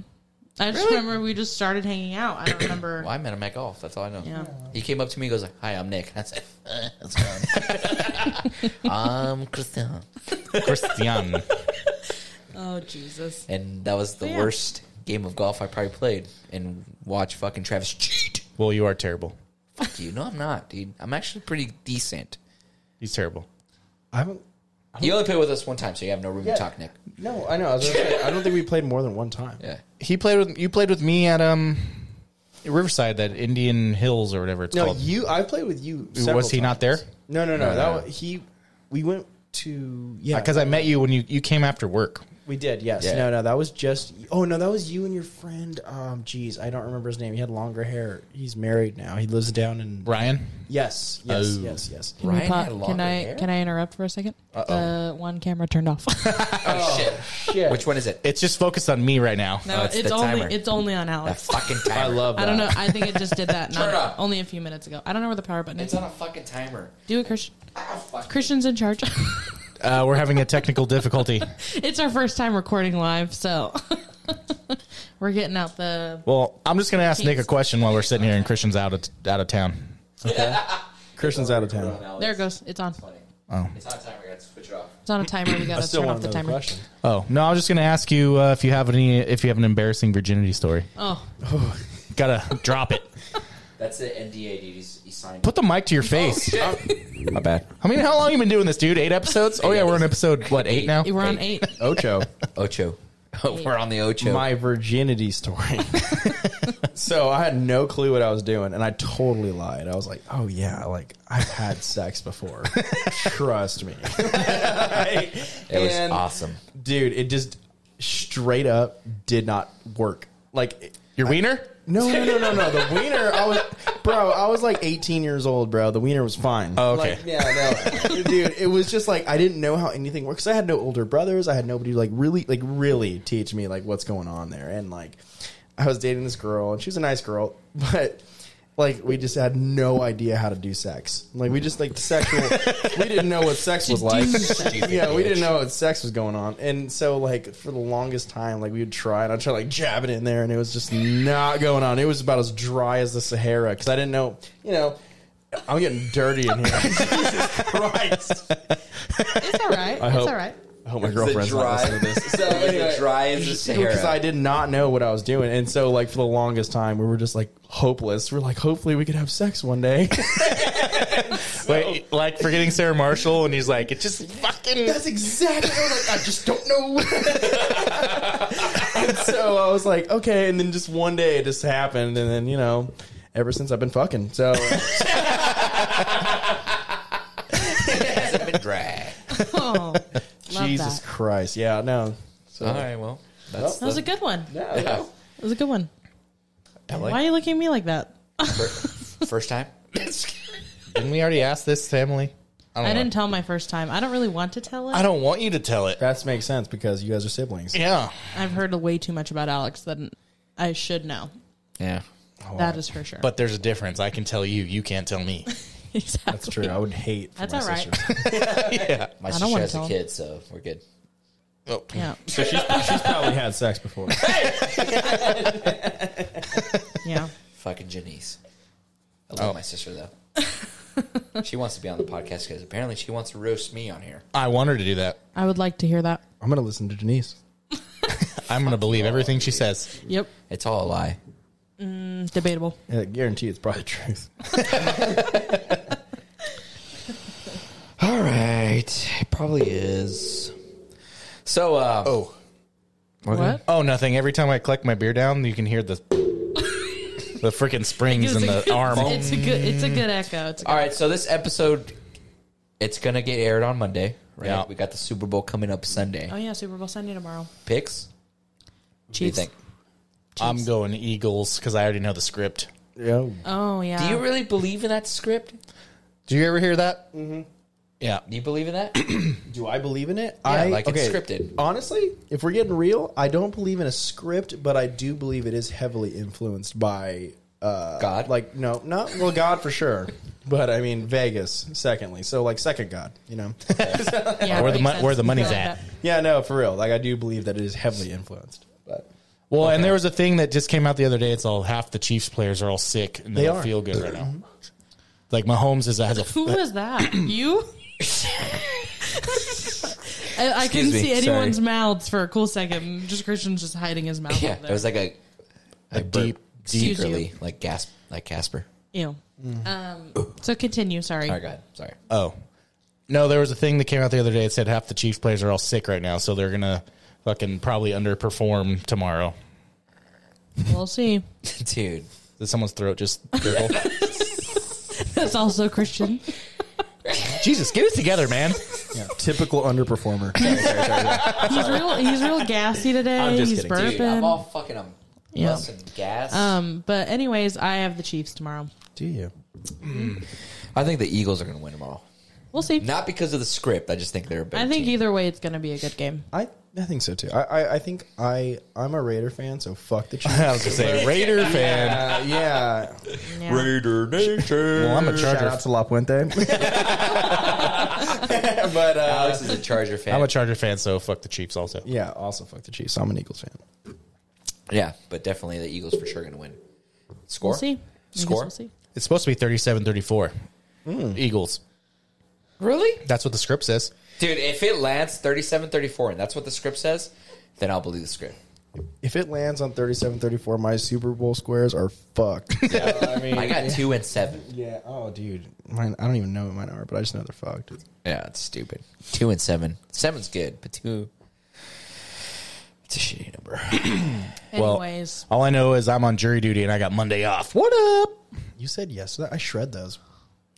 Speaker 4: I just remember we just started hanging out. I don't remember.
Speaker 2: Well, I met him at golf. That's all I know.
Speaker 4: Yeah.
Speaker 2: He came up to me and goes, like, Hi, I'm Nick. And I said, uh, That's fine. I'm Christian.
Speaker 1: Christian.
Speaker 4: Oh Jesus!
Speaker 2: And that was the
Speaker 4: Yeah.
Speaker 2: worst game of golf I probably played. And watch fucking Travis cheat.
Speaker 1: well, you are terrible.
Speaker 2: Fuck you. No, I'm not, dude. I'm actually pretty decent.
Speaker 1: He's terrible.
Speaker 3: I haven't.
Speaker 2: You only played with us one time, so you have no room to talk, Nick.
Speaker 3: No, I know. I, was gonna say, I don't think we played more than one time.
Speaker 2: Yeah.
Speaker 1: He played with you played with me at um Riverside, that Indian Hills or whatever it's
Speaker 3: No,
Speaker 1: called.
Speaker 3: you. I played with you. several
Speaker 1: Was he not there?
Speaker 3: times. No, no, no.
Speaker 2: No,
Speaker 3: that
Speaker 2: no.
Speaker 3: Was, he. We went to yeah.
Speaker 1: Because I met you when you, you came after work.
Speaker 3: we did. Yes.
Speaker 2: Yeah.
Speaker 3: No, no. That was just. Oh no, that was you and your friend. Um, geez, I don't remember his name. He had longer hair. He's married now. He lives down in.
Speaker 1: Ryan?
Speaker 3: Yes. Yes.
Speaker 1: Oh.
Speaker 3: Yes. Yes.
Speaker 4: Can,
Speaker 2: Ryan
Speaker 4: we pa-
Speaker 2: had longer
Speaker 4: can I
Speaker 2: hair?
Speaker 4: can I interrupt for a second? The one camera turned off.
Speaker 2: Oh, shit.
Speaker 3: shit.
Speaker 2: Which one is it?
Speaker 1: It's just focused on me right now.
Speaker 4: no,
Speaker 2: it's
Speaker 4: it's,
Speaker 2: the
Speaker 4: only
Speaker 2: timer.
Speaker 4: it's only on
Speaker 2: That
Speaker 4: Alex.
Speaker 2: fucking timer. I
Speaker 3: love
Speaker 4: I don't know. I think it just did that
Speaker 2: Turn it
Speaker 4: not,
Speaker 2: off.
Speaker 4: only a few minutes ago. I don't know where the power button
Speaker 2: It's
Speaker 4: is.
Speaker 2: on a fucking timer.
Speaker 4: Do it, Christian.
Speaker 2: Oh, fuck.
Speaker 4: Christian's in charge.
Speaker 1: Uh, we're having a technical difficulty.
Speaker 4: it's our first time recording live, so we're getting out the.
Speaker 1: Well, I'm just going to ask Nick a question while we're sitting here and Christian's out of, out of town.
Speaker 3: Christian's out of town.
Speaker 4: There it goes. It's on.
Speaker 2: Oh. It's on a timer. I got to switch it off.
Speaker 4: It's on a timer. We gotta turn off the timer.
Speaker 1: Oh, no, I was just going to ask you uh, if you have any if you have an embarrassing virginity story.
Speaker 4: Oh,
Speaker 1: Got to drop it.
Speaker 2: That's the NDA, dude. He's, he signed
Speaker 1: Put the mic to your face.
Speaker 2: My bad.
Speaker 1: I mean, how long you been doing this, dude? Eight episodes? Oh yeah, we're on episode what, 8 now?
Speaker 4: we're on eight.
Speaker 3: Ocho.
Speaker 2: Ocho. We're on the Ocho.
Speaker 3: my virginity story. so I had no clue what I was doing, and I totally lied. I was like, "Oh yeah, like I've had sex before. Trust me." Right?
Speaker 2: it was
Speaker 3: And,
Speaker 2: awesome.
Speaker 3: dude. It just straight up did not work. Like it-
Speaker 1: Your wiener?
Speaker 3: no, no, no, no, no. The wiener, I was, bro. I was like 18 years old, bro. The wiener was fine.
Speaker 1: Oh, okay.
Speaker 3: Like, yeah, no, dude. It was just like I didn't know how anything works. I had no older brothers. I had nobody like really, like really teach me like what's going on there. And like, I was dating this girl, and she was a nice girl, but. Like we just had no idea how to do sex. Like we just like sexual. we didn't know what sex was like. yeah, we didn't know what sex was going on, and so like for the longest time, like we would try and I'd try to, like jab it in there, and it was just not going on. It was about as dry as the Sahara because I didn't know, you know, I'm getting dirty in here. Jesus Christ!
Speaker 4: It's all right. it's
Speaker 3: hope-
Speaker 4: all right.
Speaker 3: I hope my girlfriend's not
Speaker 2: dry,
Speaker 3: listening to this.
Speaker 2: so the dry as the
Speaker 3: Because I
Speaker 2: Sahara.
Speaker 3: did not know what I was doing, and so like for the longest time, we were just like hopeless. We're like, hopefully, we could have sex one day.
Speaker 1: Wait, like forgetting Sarah Marshall, and he's like, it just fucking.
Speaker 3: That's exactly. I was like, I just don't know. and so I was like, okay. And then just one day it just happened, and then you know, ever since I've been fucking. So
Speaker 2: dry.
Speaker 4: Oh, love
Speaker 3: Jesus
Speaker 4: that.
Speaker 3: Christ, yeah, no. So
Speaker 2: All right, well, that's
Speaker 4: That was a good one. That
Speaker 3: yeah, yeah.
Speaker 4: was a good one.
Speaker 2: Emily,
Speaker 4: Why are you looking at me like that?
Speaker 2: first time.
Speaker 1: Didn't we already ask this, family?
Speaker 4: I didn't tell my first time. I don't really want to tell it.
Speaker 1: I don't want you to tell it.
Speaker 3: that makes sense because you guys are siblings.
Speaker 1: Yeah.
Speaker 4: I've heard way too much about Alex that I should know.
Speaker 2: Yeah.
Speaker 4: That is for sure.
Speaker 1: But there's a difference. I can tell you. You can't tell me.
Speaker 4: exactly.
Speaker 3: That's true. I would hate. For
Speaker 4: That's
Speaker 3: my
Speaker 4: all right.
Speaker 3: sister.
Speaker 2: My
Speaker 4: don't
Speaker 2: sister
Speaker 4: wanna
Speaker 2: has
Speaker 4: tell
Speaker 2: a
Speaker 4: him.
Speaker 2: kid, so we're good.
Speaker 1: Oh.
Speaker 4: Yeah,
Speaker 3: She's probably had sex before.
Speaker 4: yeah.
Speaker 2: Fucking Janice. I love my sister though. she wants to be on the podcast because apparently she wants to roast me on here.
Speaker 1: I want her to do that.
Speaker 4: I would like to hear that.
Speaker 3: I'm gonna listen to Denise.
Speaker 1: I'm gonna believe everything she says.
Speaker 4: Yep,
Speaker 2: It's all a lie.
Speaker 4: debatable.
Speaker 3: I guarantee it's probably the truth.
Speaker 2: All right, it probably is. So, uh,
Speaker 1: Oh.
Speaker 4: What?
Speaker 1: Oh, nothing. Every time I collect my beer down, you can hear the the freaking springs in the arm.
Speaker 4: It's a good. It's a good echo. It's a good,
Speaker 2: all right. So this episode, it's gonna get aired on Monday. Right.
Speaker 1: Yeah.
Speaker 2: We got the Super Bowl coming up Sunday.
Speaker 4: oh yeah, Super Bowl Sunday tomorrow.
Speaker 2: Picks. What do you
Speaker 4: Chiefs.
Speaker 2: think?
Speaker 1: I'm going Eagles because I already know the script.
Speaker 3: Yeah.
Speaker 4: Oh yeah.
Speaker 2: Do you really believe in that script?
Speaker 1: Do you ever hear that? Mm-hmm. Yeah.
Speaker 2: Do you believe in that?
Speaker 3: Do I believe in it? I
Speaker 2: like it's scripted.
Speaker 3: Honestly, if we're getting real, I don't believe in a script, but I do believe it is heavily influenced by uh,
Speaker 2: God?
Speaker 3: Like no, not well, God for sure, but I mean Vegas. Secondly, so like second God, you know?
Speaker 4: yeah,
Speaker 1: Where the
Speaker 4: makes
Speaker 1: mon-
Speaker 4: sense.
Speaker 1: where the money's
Speaker 4: I like
Speaker 1: at.
Speaker 4: that.
Speaker 3: yeah, no, for real. Like I do believe that it is heavily influenced, but
Speaker 1: Well, and there was a thing that just came out the other day. It's all half the Chiefs players are Mm-hmm. all sick and they,
Speaker 3: They
Speaker 1: don't
Speaker 3: are.
Speaker 1: feel good right now. Like Mahomes is has a
Speaker 4: Who was that? you. I, I couldn't
Speaker 2: me,
Speaker 4: see
Speaker 2: sorry.
Speaker 4: anyone's mouths for a cool second. Just Christian's just hiding his mouth.
Speaker 2: yeah.
Speaker 4: over
Speaker 2: It
Speaker 4: there.
Speaker 2: was like a, a
Speaker 1: deep,
Speaker 4: Excuse
Speaker 2: deep,
Speaker 4: you.
Speaker 2: really like gasp, like Casper.
Speaker 4: Ew.
Speaker 2: Mm.
Speaker 4: Um, so continue. Sorry.
Speaker 2: All right, go ahead. Sorry.
Speaker 1: oh no. There was a thing that came out the other day that said half the Chiefs players are all sick right now, so they're gonna fucking probably underperform tomorrow.
Speaker 4: We'll see.
Speaker 2: Dude,
Speaker 1: Did someone's throat just gurgle?
Speaker 4: That's also Christian.
Speaker 1: Jesus, get it together, man.
Speaker 3: yeah, typical underperformer.
Speaker 4: He's real. He's real gassy today.
Speaker 3: I'm just
Speaker 4: he's
Speaker 3: kidding.
Speaker 4: burping.
Speaker 2: dude, I'm all fucking um,
Speaker 4: Yeah.
Speaker 2: busting gas.
Speaker 4: Um, but anyways, I have the Chiefs tomorrow.
Speaker 3: do you?
Speaker 2: I think the Eagles are gonna win tomorrow.
Speaker 4: We'll see.
Speaker 2: Not because of the script. I just think they're a better.
Speaker 4: I think
Speaker 2: team.
Speaker 4: either way, it's going to be a good game.
Speaker 3: I I think so too. I I, I think I I'm a Raider fan, so fuck the Chiefs.
Speaker 1: I was gonna say Raider fan.
Speaker 3: Uh, yeah.
Speaker 4: Yeah.
Speaker 2: Raider Nation.
Speaker 1: Well, I'm a
Speaker 3: Shout
Speaker 1: Charger.
Speaker 3: out to La Puente. but uh,
Speaker 2: Alex is a Charger fan.
Speaker 1: I'm a Charger fan, so fuck the Chiefs. Also,
Speaker 3: Yeah, also fuck the Chiefs. I'm an Eagles fan.
Speaker 2: yeah, but definitely the Eagles for sure going to win. Score?
Speaker 4: We'll see. I guess
Speaker 2: Score?
Speaker 4: We'll see.
Speaker 1: it's supposed to be 37-34. Eagles.
Speaker 2: Really?
Speaker 1: That's what the script says.
Speaker 2: Dude, if it lands 37-34 and that's what the script says, then I'll believe the script.
Speaker 3: If it lands on 37-34, my Super Bowl squares are fucked. I mean,
Speaker 2: I got two and seven.
Speaker 3: yeah. Oh, dude, mine. I don't even know what mine are, but I just know they're fucked.
Speaker 2: Yeah, it's stupid. Two and seven. Seven's good, but two. It's a shitty number.
Speaker 1: Well,
Speaker 4: Anyways,
Speaker 1: all I know is I'm on jury duty and I got Monday off. What up?
Speaker 3: You said yes to that. I shred those.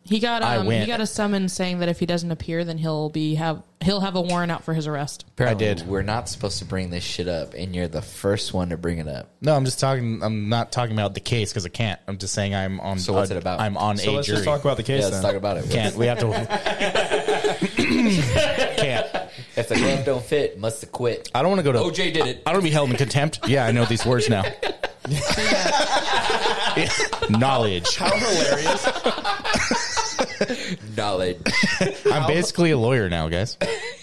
Speaker 4: he got
Speaker 1: I
Speaker 4: um, he
Speaker 1: went.
Speaker 4: got a summons saying that if he doesn't appear, then he'll be have he'll have a warrant out for his arrest.
Speaker 1: I did.
Speaker 2: We're not supposed to bring this shit up, and you're the first one to bring it up.
Speaker 1: No, I'm just talking. I'm not talking about the case because I can't. I'm just saying I'm on.
Speaker 2: So what's
Speaker 1: a-
Speaker 2: it about?
Speaker 1: I'm on a
Speaker 3: So let's
Speaker 1: jury.
Speaker 3: just talk about the
Speaker 2: Yeah,
Speaker 3: case
Speaker 2: let's
Speaker 3: then.
Speaker 2: talk about it.
Speaker 1: can't. We have to. can't.
Speaker 2: If the glove don't fit, must have quit.
Speaker 1: I don't want to go to.
Speaker 2: OJ did it.
Speaker 1: I don't want to be held in contempt. Yeah, I know these words now. Yeah. Knowledge.
Speaker 3: How hilarious.
Speaker 2: Knowledge.
Speaker 1: I'm basically a lawyer now, guys.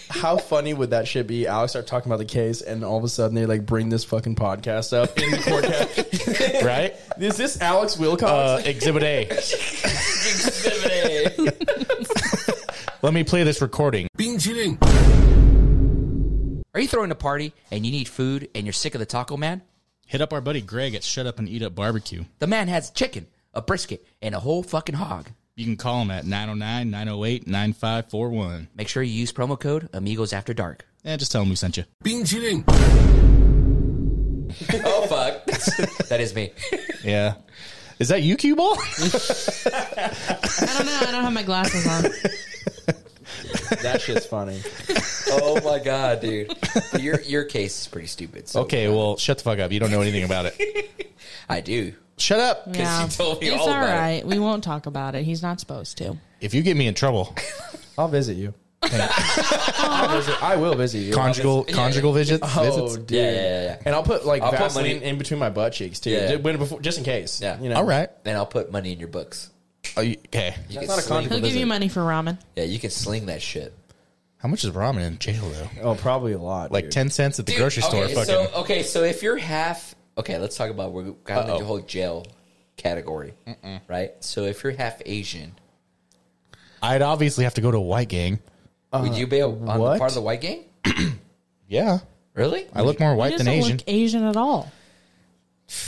Speaker 3: How funny would that shit be? Alex start talking about the case, and all of a sudden they like bring this fucking podcast up in the court.
Speaker 1: Right?
Speaker 3: Is this Alex Wilcox?
Speaker 1: Uh, exhibit A. Let me play this recording.
Speaker 2: Are you throwing a party and you need food and you're sick of the taco man?
Speaker 5: Hit up our buddy Greg at Shut Up and Eat Up Barbecue.
Speaker 2: The man has chicken, a brisket, and a whole fucking hog.
Speaker 5: You can call him at 909 908 9541.
Speaker 2: Make sure you use promo code Amigos After Dark.
Speaker 5: And just tell him we sent you.
Speaker 2: Oh fuck, that is me.
Speaker 1: Yeah. Is that you, cue ball?
Speaker 4: I don't know. I don't have my glasses on.
Speaker 3: that shit's funny.
Speaker 2: Oh my god, dude, your your case is pretty stupid. So
Speaker 1: Okay, well, shut the fuck up. You don't know anything about it.
Speaker 2: I do.
Speaker 1: Shut up.
Speaker 4: Yeah,
Speaker 2: you told me
Speaker 4: it's
Speaker 2: all
Speaker 4: all
Speaker 2: about it.
Speaker 4: right. We won't talk about it. He's not supposed to.
Speaker 1: If you get me in trouble,
Speaker 3: I'll visit you. I'll visit- I will visit you.
Speaker 1: conjugal
Speaker 2: Yeah, yeah.
Speaker 1: conjugal visits.
Speaker 3: Oh,
Speaker 1: visits.
Speaker 3: dude.
Speaker 2: Yeah, yeah, yeah, yeah.
Speaker 3: And I'll put like
Speaker 2: I'll put
Speaker 3: Vaseline
Speaker 2: money-
Speaker 3: in between my butt cheeks too,
Speaker 2: Yeah.
Speaker 3: Ju- when- before- just in case.
Speaker 2: Yeah.
Speaker 3: You know?
Speaker 1: All right.
Speaker 2: And I'll put money in your books.
Speaker 5: Oh,
Speaker 1: Are you- okay.
Speaker 2: You
Speaker 3: not a
Speaker 2: sling,
Speaker 4: He'll
Speaker 3: What
Speaker 4: give
Speaker 3: is
Speaker 4: you
Speaker 3: it?
Speaker 4: money for ramen.
Speaker 2: Yeah, you can sling that shit.
Speaker 1: How much is ramen in jail though?
Speaker 3: Oh, probably a lot.
Speaker 1: Like
Speaker 3: dude.
Speaker 1: ten cents at the
Speaker 2: Dude,
Speaker 1: grocery store.
Speaker 2: okay,
Speaker 1: Fucking.
Speaker 2: So, okay, so if you're half, okay, let's talk about we're got into
Speaker 1: Uh-oh.
Speaker 2: the whole jail category, right? So if you're half Asian,
Speaker 1: I'd obviously have to go to a white gang.
Speaker 4: Uh,
Speaker 2: would you be a, on the
Speaker 3: what?
Speaker 2: part of the white gang?
Speaker 1: Yeah,
Speaker 2: Really?
Speaker 1: I look more
Speaker 4: He
Speaker 1: white
Speaker 4: doesn't
Speaker 1: than Asian.
Speaker 4: look Asian at all.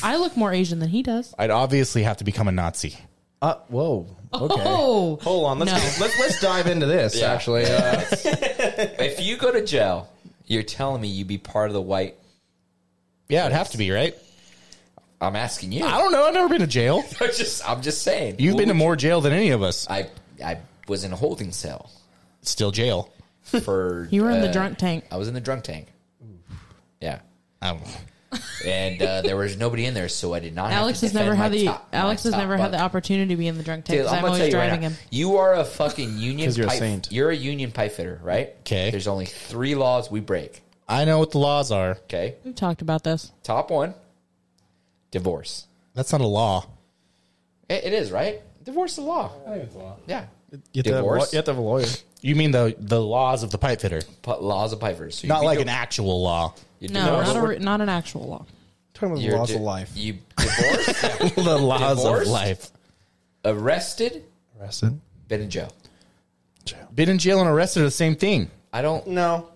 Speaker 4: I look more Asian than he does.
Speaker 1: I'd obviously have to become a Nazi.
Speaker 3: Uh, whoa. Okay.
Speaker 4: Oh,
Speaker 3: Hold on. Let's,
Speaker 4: No.
Speaker 3: let's let's dive into this.
Speaker 2: Yeah.
Speaker 3: Actually, uh,
Speaker 2: If you go to jail, you're telling me you'd be part of the white.
Speaker 1: Yeah, it'd have to be right.
Speaker 2: I'm asking you.
Speaker 1: I don't know. I've never been to jail.
Speaker 2: I'm just, I'm just saying.
Speaker 1: You've
Speaker 2: What
Speaker 1: been to
Speaker 2: would
Speaker 1: more jail than any of us.
Speaker 2: you- I I was in a holding cell
Speaker 1: Still jail.
Speaker 2: for.
Speaker 4: you were in the
Speaker 2: uh,
Speaker 4: drunk tank.
Speaker 2: I was in the drunk tank. Yeah.
Speaker 1: I don't know.
Speaker 2: And uh, there was nobody in there, so I did not.
Speaker 4: Alex
Speaker 2: have
Speaker 4: has
Speaker 2: to defend
Speaker 4: never had
Speaker 2: my
Speaker 4: the
Speaker 2: top- my
Speaker 4: Alex has
Speaker 2: top
Speaker 4: never had the
Speaker 2: bunk.
Speaker 4: opportunity to be in the drunk tank.
Speaker 2: Dude,
Speaker 4: 'cause
Speaker 2: I'm
Speaker 4: I'm,
Speaker 2: gonna tell
Speaker 4: always
Speaker 2: you right
Speaker 4: driving
Speaker 2: now,
Speaker 4: him.
Speaker 2: you are a fucking union.
Speaker 3: 'Cause you're a
Speaker 2: pipe-
Speaker 3: saint.
Speaker 2: You're a union pipe fitter, right?
Speaker 1: 'Kay.
Speaker 2: There's only three laws we break.
Speaker 1: I know what the laws are.
Speaker 2: Okay.
Speaker 4: We've talked about this.
Speaker 2: Top one, divorce.
Speaker 1: That's not a law.
Speaker 2: It, it is right. Divorce the law. Yeah.
Speaker 3: you, have to have, a
Speaker 2: Divorce?
Speaker 3: law- you have to have a lawyer.
Speaker 1: You mean the the laws of the pipe fitter,
Speaker 2: Pu- laws of pipers. So
Speaker 1: not
Speaker 2: you
Speaker 1: like
Speaker 2: do-
Speaker 1: an actual law.
Speaker 2: you
Speaker 4: No,
Speaker 2: divorce-
Speaker 4: not, a, re- not an actual law.
Speaker 3: talking about the
Speaker 2: you're
Speaker 3: laws
Speaker 2: di-
Speaker 3: of life.
Speaker 2: You divorce,
Speaker 1: the laws
Speaker 2: Divorced?
Speaker 1: of life.
Speaker 2: arrested,
Speaker 3: Arrested.
Speaker 2: been in jail.
Speaker 1: Been in jail and arrested are the same thing.
Speaker 2: I don't.
Speaker 3: No.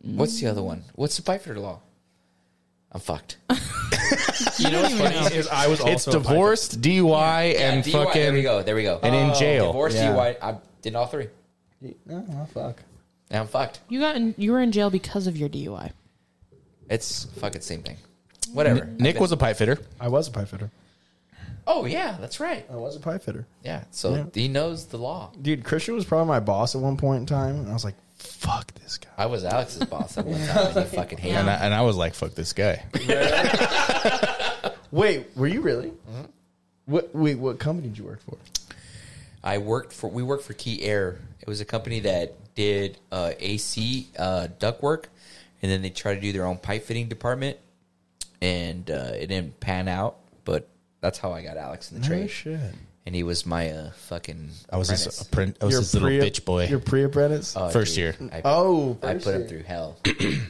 Speaker 2: What's the other one? What's the pipe fitter law? I'm fucked.
Speaker 4: You, don't even know.
Speaker 3: Is I was also
Speaker 1: it's
Speaker 3: a pipe-
Speaker 1: divorced, DUI,
Speaker 2: Yeah,
Speaker 1: and
Speaker 2: DUI,
Speaker 1: fucking
Speaker 2: There we go. There we go.
Speaker 1: and in jail.
Speaker 2: divorce,
Speaker 3: Yeah.
Speaker 2: DUI. I did all three.
Speaker 3: Oh, well, fuck.
Speaker 2: And I'm fucked.
Speaker 4: You got in, you were in jail because of your DUI.
Speaker 2: It's fucking same thing. Whatever.
Speaker 1: Nick was a pipe fitter.
Speaker 3: I was a pipe fitter.
Speaker 2: Oh yeah, that's right.
Speaker 3: I was a pipe fitter.
Speaker 2: Yeah. So he knows the law.
Speaker 3: Dude, Christian was probably my boss at one point in time, and I was like, "Fuck this guy."
Speaker 2: I was Alex's boss at one time. and He fucking hated.
Speaker 1: And
Speaker 2: me.
Speaker 1: I, and I was like, fuck this guy.
Speaker 3: Wait, were you really? What? Wait, what company did you work for?
Speaker 2: I worked for. We worked for Key Air. It was a company that did uh, AC uh, duct work, and then they tried to do their own pipe fitting department, and uh, it didn't pan out. But that's how I got Alex in the trade, and he was my uh, fucking.
Speaker 1: I was his,
Speaker 2: apprentice.
Speaker 1: apprent- I was his little bitch boy. Uh,
Speaker 3: Your pre-apprentice.
Speaker 2: Oh,
Speaker 1: first
Speaker 2: dude,
Speaker 1: year.
Speaker 2: I,
Speaker 3: oh,
Speaker 1: uh,
Speaker 2: I
Speaker 3: first
Speaker 2: put him
Speaker 3: year.
Speaker 2: through hell.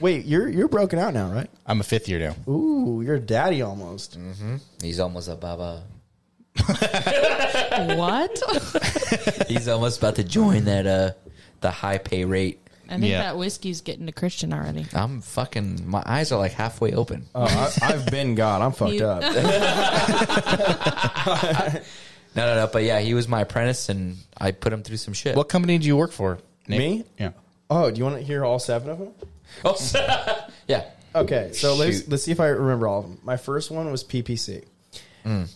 Speaker 3: Wait, you're you're broken out now, right?
Speaker 1: I'm a fifth year now.
Speaker 3: Ooh, you're a daddy almost.
Speaker 2: He's almost uh, a baba.
Speaker 4: What?
Speaker 2: He's almost about to join that uh the high pay rate.
Speaker 4: I think
Speaker 1: Yeah.
Speaker 4: that whiskey's getting to Christian already.
Speaker 2: I'm fucking. My eyes are like halfway open.
Speaker 3: Oh, I, I've been God. I'm fucked
Speaker 4: You-
Speaker 3: up.
Speaker 2: No, no, no. But yeah, he was my apprentice, and I put him through some shit.
Speaker 1: What company do you work for? Nick?
Speaker 3: Me?
Speaker 1: Yeah.
Speaker 3: Oh, do you want to hear all seven of them?
Speaker 2: Oh, yeah.
Speaker 3: Okay, so let's
Speaker 2: Shoot.
Speaker 3: let's see if I remember all of them. My first one was PPC.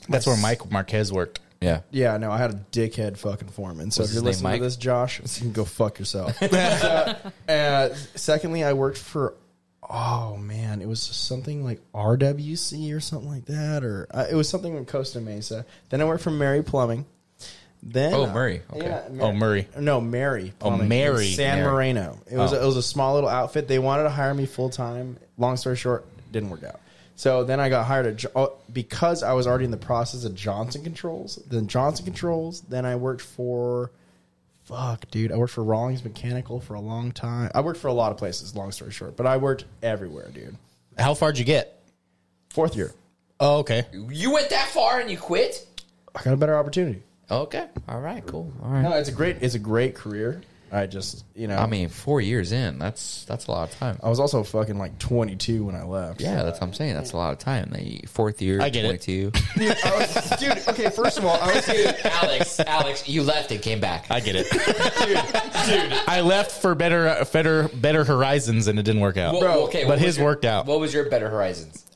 Speaker 1: That's where Mike Marquez worked.
Speaker 2: Yeah.
Speaker 3: Yeah, no, I had a dickhead fucking foreman. So
Speaker 2: Was
Speaker 3: if you're
Speaker 2: his name
Speaker 3: listening
Speaker 2: Mike?
Speaker 3: to this, Josh, you can go fuck yourself. So, uh, secondly, I worked for oh man, it was something like RWC or something like that, or uh, it was something with Costa Mesa. Then I worked for Mary Plumbing. Then
Speaker 2: Oh,
Speaker 3: uh,
Speaker 2: Murray. Okay.
Speaker 3: yeah,
Speaker 1: Oh, Murray.
Speaker 3: No, Mary. Plumbing in
Speaker 1: Mary.
Speaker 3: San
Speaker 2: Oh, Mary.
Speaker 3: Moreno. It was
Speaker 2: Oh.
Speaker 3: it was a small little outfit. They wanted to hire me full time. Long story short, didn't work out. So then I got hired at Jo- oh, because I was already in the process of Johnson Controls. Then Johnson Controls. Then I worked for, fuck, dude, I worked for Rawlings Mechanical for a long time. I worked for a lot of places. Long story short, but I worked everywhere, dude.
Speaker 1: How far'd you get?
Speaker 3: Fourth year,
Speaker 1: Oh, okay.
Speaker 2: You went that far and you quit?
Speaker 3: I got a better opportunity.
Speaker 2: Okay. All right. Cool. All right.
Speaker 3: No, it's a great, it's a great career. I just, you know,
Speaker 2: I mean, four years in, that's that's a lot of time.
Speaker 3: I was also fucking like 22 when I left.
Speaker 2: Yeah, that's what I'm saying. That's a lot of time. The fourth year,
Speaker 1: I get it.
Speaker 2: 22.
Speaker 3: I was- dude. Okay, first of all, I was
Speaker 2: Alex, Alex, you left and came back.
Speaker 1: I get it. dude, I left for better, uh, better, better horizons, and it didn't work out.
Speaker 2: Well,
Speaker 1: but
Speaker 2: what was
Speaker 1: his
Speaker 2: your-
Speaker 1: worked out.
Speaker 2: What was your better horizons?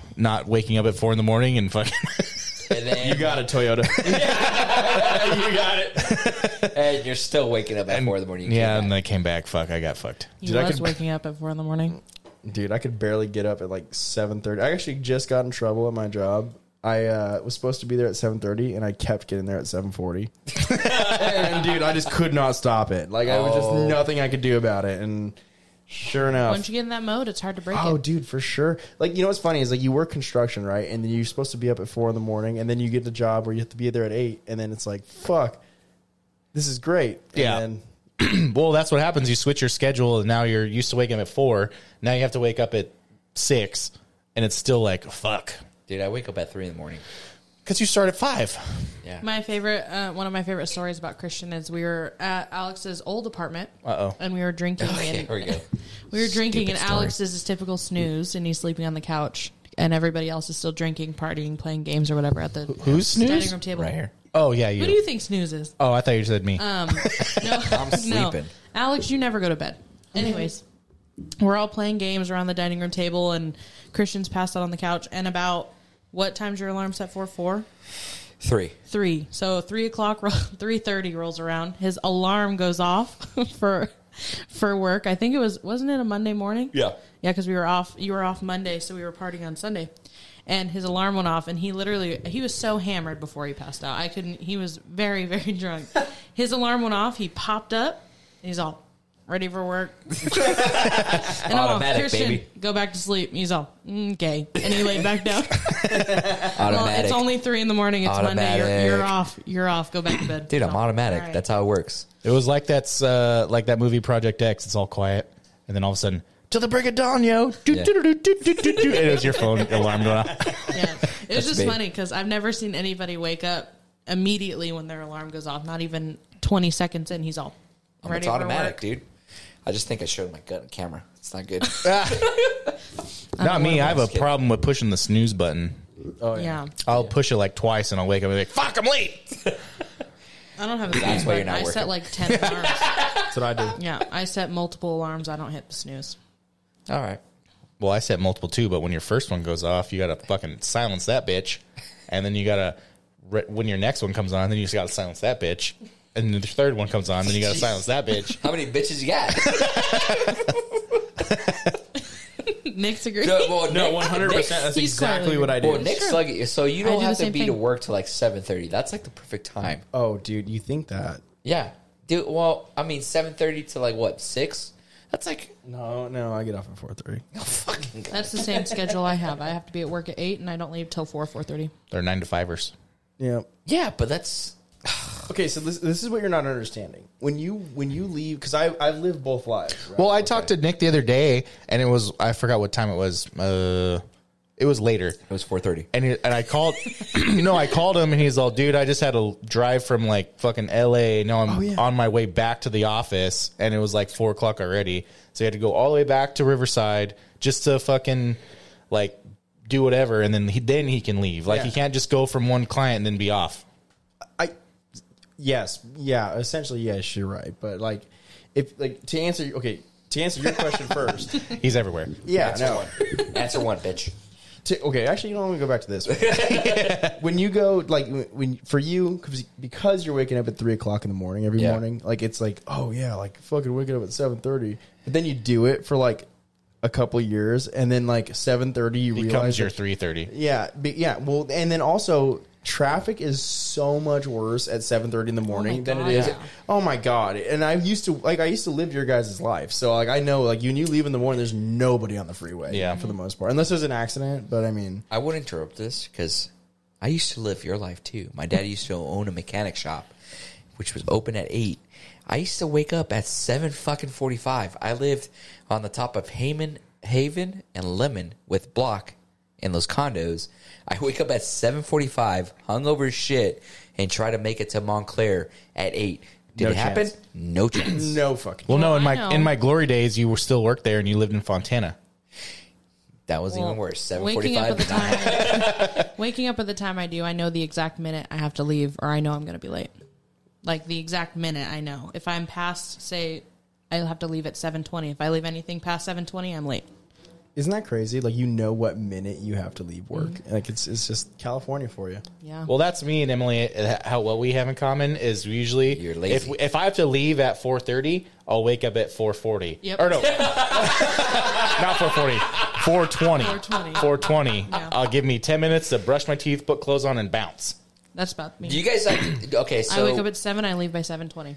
Speaker 1: Not waking up at four in the morning and fucking.
Speaker 2: And then,
Speaker 3: got a Toyota.
Speaker 2: you got it. and you're still waking up at four in the morning. You
Speaker 1: yeah,
Speaker 2: came
Speaker 1: and
Speaker 2: back.
Speaker 1: I came back. Fuck, I got fucked.
Speaker 4: He
Speaker 3: Dude, I
Speaker 4: was
Speaker 3: could-
Speaker 4: waking up at four in the morning.
Speaker 3: Dude, I could barely get up at like seven thirty. I actually just got in trouble at my job. I uh, was supposed to be there at seven thirty, and I kept getting there at seven forty. and dude, I just could not stop it. Like I was just nothing I could do about it. And sure enough,
Speaker 4: Once you get in that mode, it's hard to break
Speaker 3: Oh,
Speaker 4: it.
Speaker 3: dude, for sure. Like, you know what's funny is like you work construction, right? And then you're supposed to be up at four in the morning, and then you get the job where you have to be there at eight, and then it's like, fuck, this is great. And
Speaker 1: Yeah.
Speaker 3: then-
Speaker 1: Well, that's what happens. You switch your schedule, and now you're used to waking up at four. Now you have to wake up at six, and it's still like fuck
Speaker 2: Dude, I wake up at three in the morning.
Speaker 1: because you start at five.
Speaker 2: Yeah.
Speaker 4: My favorite, uh, one of my favorite stories about Christian is we were at Alex's old apartment.
Speaker 1: Uh-oh.
Speaker 4: And we were drinking.
Speaker 2: Okay,
Speaker 4: and
Speaker 2: here we go.
Speaker 4: We were drinking,
Speaker 2: Stupid
Speaker 4: and
Speaker 2: story.
Speaker 4: Alex does his typical snooze, and he's sleeping on the couch, and everybody else is still drinking, partying, playing games or whatever at the
Speaker 1: Who's
Speaker 4: dining
Speaker 1: snooze?
Speaker 4: room table.
Speaker 2: Right here.
Speaker 1: Oh yeah,
Speaker 4: Who
Speaker 1: you.
Speaker 4: do you think snoozes?
Speaker 1: oh, I thought you said me.
Speaker 4: No, I'm
Speaker 2: sleeping.
Speaker 4: Alex, you never go to bed. Anyways, we're all playing games around the dining room table, and Christian's passed out on the couch. And about what time's your alarm set for? Four,
Speaker 2: Three.
Speaker 4: three. So three o'clock, three thirty rolls around. His alarm goes off for for work. I think it was wasn't it a Monday morning?
Speaker 2: Yeah.
Speaker 4: yeah, because we were off. You were off Monday, so we were partying on Sunday. And his alarm went off, and he literally he was so hammered before he passed out. I couldn't. He was very very drunk. his alarm went off. He popped up. And he's all ready for work. and I'm all,
Speaker 2: Automatic,
Speaker 4: Kirsten,
Speaker 2: baby.
Speaker 4: go back to sleep. And he's all okay, and he laid back down. Well,
Speaker 2: Automatic.
Speaker 4: it's only three in the morning. It's Monday. You're,
Speaker 2: Automatic.
Speaker 4: you're off. You're off. Go back to bed.
Speaker 2: Dude, I'm
Speaker 4: So,
Speaker 2: automatic.
Speaker 4: all right.
Speaker 2: That's how it works.
Speaker 1: it was like that's uh, like that movie Project X. It's all quiet, and then all of a sudden. To the break of dawn, yo. Do,
Speaker 2: Yeah.
Speaker 1: do, do, do, do, do, do. It was your phone alarm going off.
Speaker 4: yeah. It was just
Speaker 2: big.
Speaker 4: funny because I've never seen anybody wake up immediately when their alarm goes off. Not even 20 seconds in, he's all ready
Speaker 2: it's
Speaker 4: for
Speaker 2: automatic,
Speaker 4: work.
Speaker 2: dude. I just think I showed my gut on camera. It's not good.
Speaker 1: Not me. I have a
Speaker 2: kidding.
Speaker 1: problem with pushing the snooze button.
Speaker 2: Oh,
Speaker 4: yeah.
Speaker 1: I'll push it like twice, and I'll wake up and be like, "Fuck, I'm late."
Speaker 4: I don't have a
Speaker 2: That's
Speaker 4: snooze
Speaker 2: why you're
Speaker 4: button.
Speaker 2: not
Speaker 4: I set
Speaker 2: working.
Speaker 4: like 10 alarms.
Speaker 3: that's what I do.
Speaker 4: Yeah, I set multiple alarms. I don't hit the snooze.
Speaker 2: All right.
Speaker 1: Well, I set multiple too, but when your first one goes off, you gotta fucking silence that bitch, and then you gotta re- when your next one comes on, then you just gotta silence that bitch, and then the third one comes on, then you gotta
Speaker 2: Jeez.
Speaker 1: silence that bitch.
Speaker 2: How many bitches you got?
Speaker 4: Nick's agreeing.
Speaker 2: no, well,
Speaker 3: No,
Speaker 2: Nick-
Speaker 3: one hundred percent. That's
Speaker 4: He's
Speaker 3: exactly
Speaker 4: smiling.
Speaker 3: what I do.
Speaker 2: Well, Nick's like, so you don't
Speaker 4: do
Speaker 2: have
Speaker 4: the
Speaker 2: to
Speaker 4: same
Speaker 2: be
Speaker 4: thing.
Speaker 2: to work till like seven thirty. That's like the perfect time.
Speaker 3: oh, dude, you think that?
Speaker 2: Yeah, dude. Well, I mean, seven thirty to like what six? That's like
Speaker 3: No, no, I get off at four thirty.
Speaker 2: fucking. God.
Speaker 4: That's the same schedule I have. I have to be at work at 8 and I don't leave till 4, 4.30.
Speaker 1: They're nine to fivers.
Speaker 3: Yeah.
Speaker 2: Yeah, but that's
Speaker 3: Okay, so this this is what you're not understanding when you when you leave because I I've lived both lives. Right?
Speaker 1: Well, I talked to Nick the other day, and it was I forgot what time it was. Uh, it was later.
Speaker 2: it was four thirty.
Speaker 1: and he, and I called, no, I called him, and he's all, dude, I just had a drive from like fucking L.A. Now I'm
Speaker 3: yeah.
Speaker 1: on my way back to the office, and it was like four o'clock already, so he had to go all the way back to Riverside just to fucking like do whatever, and then he then he can leave. Like he
Speaker 3: Yeah.
Speaker 1: can't just go from one client and then be off.
Speaker 3: I yes, yeah, essentially yes, you're right. But like if like to answer okay, to answer your question first,
Speaker 1: He's everywhere.
Speaker 3: yeah,
Speaker 2: Answer
Speaker 3: no.
Speaker 2: one. Answer one, bitch.
Speaker 3: To- okay, actually, you know, I'm gonna go back to this. when you go, like, when- when for you, 'cause- because you're waking up at three o'clock in the morning every
Speaker 2: Yeah.
Speaker 3: morning, like it's like, oh yeah, like fucking waking up at seven thirty. But then you do it for like a couple years, and then like seven thirty, you
Speaker 1: Becomes
Speaker 3: realize
Speaker 1: your
Speaker 3: like,
Speaker 1: three thirty.
Speaker 3: Yeah, be, yeah. Well, and then also traffic is so much worse at 7:30 in the morning than
Speaker 4: God,
Speaker 3: it is.
Speaker 4: yeah.
Speaker 3: Oh my god. And I used to like I used to live your guys' life. So like I know like when you leave in the morning there's nobody on the freeway
Speaker 1: Yeah.
Speaker 3: for the most part. Unless there's an accident, but I mean
Speaker 2: I would interrupt this because I used to live your life too. My dad used to own a mechanic shop, which was open at eight. I used to wake up at seven fucking forty five. I lived on the top of Haven, Haven and Lemon with Block and those condos. I wake up at seven forty five, hungover as shit, and try to make it to Montclair at eight. Did
Speaker 3: No
Speaker 2: it happen?
Speaker 3: chance.
Speaker 2: No chance.
Speaker 3: no fucking
Speaker 1: Well, no,
Speaker 4: Well,
Speaker 1: in my
Speaker 4: I know.
Speaker 1: in my glory days, you were still worked there and you lived in Fontana.
Speaker 2: That was even worse. Seven forty
Speaker 4: Waking up at the
Speaker 2: five.
Speaker 4: time. waking up at the time I do, I know the exact minute I have to leave, or I know I'm going to be late. Like the exact minute I know. If I'm past, say, I'll have to leave at seven twenty. If I leave anything past seven twenty, I'm late.
Speaker 3: Isn't that crazy? Like you know what minute you have to leave work. Like it's it's just California for you.
Speaker 4: Yeah.
Speaker 1: Well, that's me and Emily. uh, How what we have in common is we usually
Speaker 2: You're lazy.
Speaker 1: If, if I have to leave at four thirty, I'll wake up at four forty.
Speaker 4: Yep.
Speaker 1: Or no, not four forty. 420.
Speaker 4: 420.
Speaker 1: 420.
Speaker 4: Yeah.
Speaker 1: I'll give me 10 minutes to brush my teeth, put clothes on, and bounce.
Speaker 4: That's about me.
Speaker 2: Do you guys like? Okay, so
Speaker 4: I wake up at seven. I leave by seven twenty.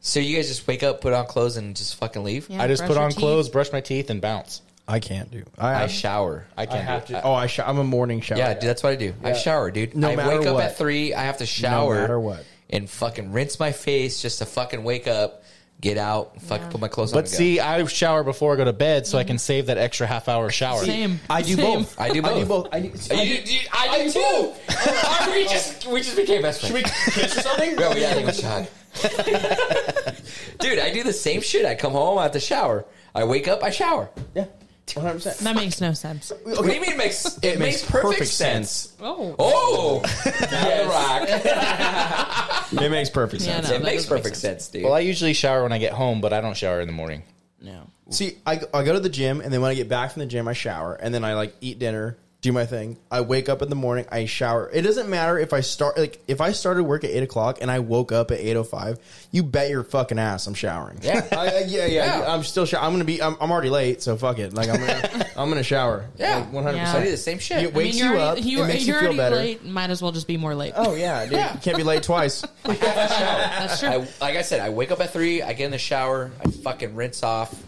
Speaker 2: So you guys just wake up, put on clothes, and just fucking leave?
Speaker 4: Yeah,
Speaker 1: I just
Speaker 4: brush
Speaker 1: put
Speaker 4: your
Speaker 1: on
Speaker 4: teeth.
Speaker 1: clothes, brush my teeth, and bounce.
Speaker 3: I can't do.
Speaker 2: I
Speaker 3: I,
Speaker 2: shower.
Speaker 1: I
Speaker 3: I
Speaker 1: can't
Speaker 3: have
Speaker 1: do it.
Speaker 3: to. Oh, I sh- I'm a morning shower.
Speaker 2: yeah, dude, that's what I do. I shower, dude.
Speaker 3: No
Speaker 2: I
Speaker 3: matter
Speaker 2: wake up
Speaker 3: what.
Speaker 2: at three. I have to shower.
Speaker 3: matter what.
Speaker 2: And fucking rinse my face just to fucking wake up, get out, and fucking
Speaker 4: Yeah.
Speaker 2: put my clothes on.
Speaker 1: But
Speaker 2: and go.
Speaker 1: see, I shower before I go to bed so I can save that extra half hour shower.
Speaker 4: Mm-hmm. Same.
Speaker 3: I do
Speaker 4: Same.
Speaker 3: both.
Speaker 2: I do
Speaker 3: I do
Speaker 2: both.
Speaker 3: both. I do,
Speaker 2: You- you- I do too. Are we just we just became best friends. Should we kiss or something? No, yeah, I think we should hug. Dude, I do the same shit. I come home, I have to shower. I wake up, I shower.
Speaker 3: yeah. 100%.
Speaker 4: That makes no sense.
Speaker 2: What do you mean? It makes it, makes, perfect, sense.
Speaker 4: Oh.
Speaker 2: Oh, yeah, rock.
Speaker 3: It makes perfect
Speaker 4: Yeah,
Speaker 3: sense.
Speaker 4: no,
Speaker 2: it
Speaker 4: that
Speaker 2: makes
Speaker 4: doesn't make
Speaker 2: perfect sense, dude.
Speaker 1: Well, I usually shower when I get home, but I don't shower in the morning.
Speaker 4: No.
Speaker 3: See, I, I go to the gym, and then when I get back from the gym, I shower, and then I like eat dinner, do my thing. I wake up in the morning, I shower. It doesn't matter if I start like if I started work at eight o'clock and I woke up at eight o five. You bet your fucking ass, I'm showering.
Speaker 2: Yeah.
Speaker 3: I, I- yeah, yeah,
Speaker 2: Yeah.
Speaker 3: I'm still. Show- I'm gonna be. I'm, I'm already late, so fuck it. Like I'm gonna. I'm gonna shower.
Speaker 2: Yeah.
Speaker 3: one hundred
Speaker 2: I do
Speaker 3: percent.
Speaker 2: the same shit.
Speaker 3: You- wakes you
Speaker 4: already,
Speaker 3: up,
Speaker 4: You,
Speaker 3: it makes you
Speaker 4: you're
Speaker 3: feel
Speaker 4: already
Speaker 3: better.
Speaker 4: late. Might as well just be more late.
Speaker 3: Oh yeah, dude. You can't be late twice.
Speaker 4: That's true.
Speaker 2: I, like I said, I wake up at three. I get in the shower. I fucking rinse off.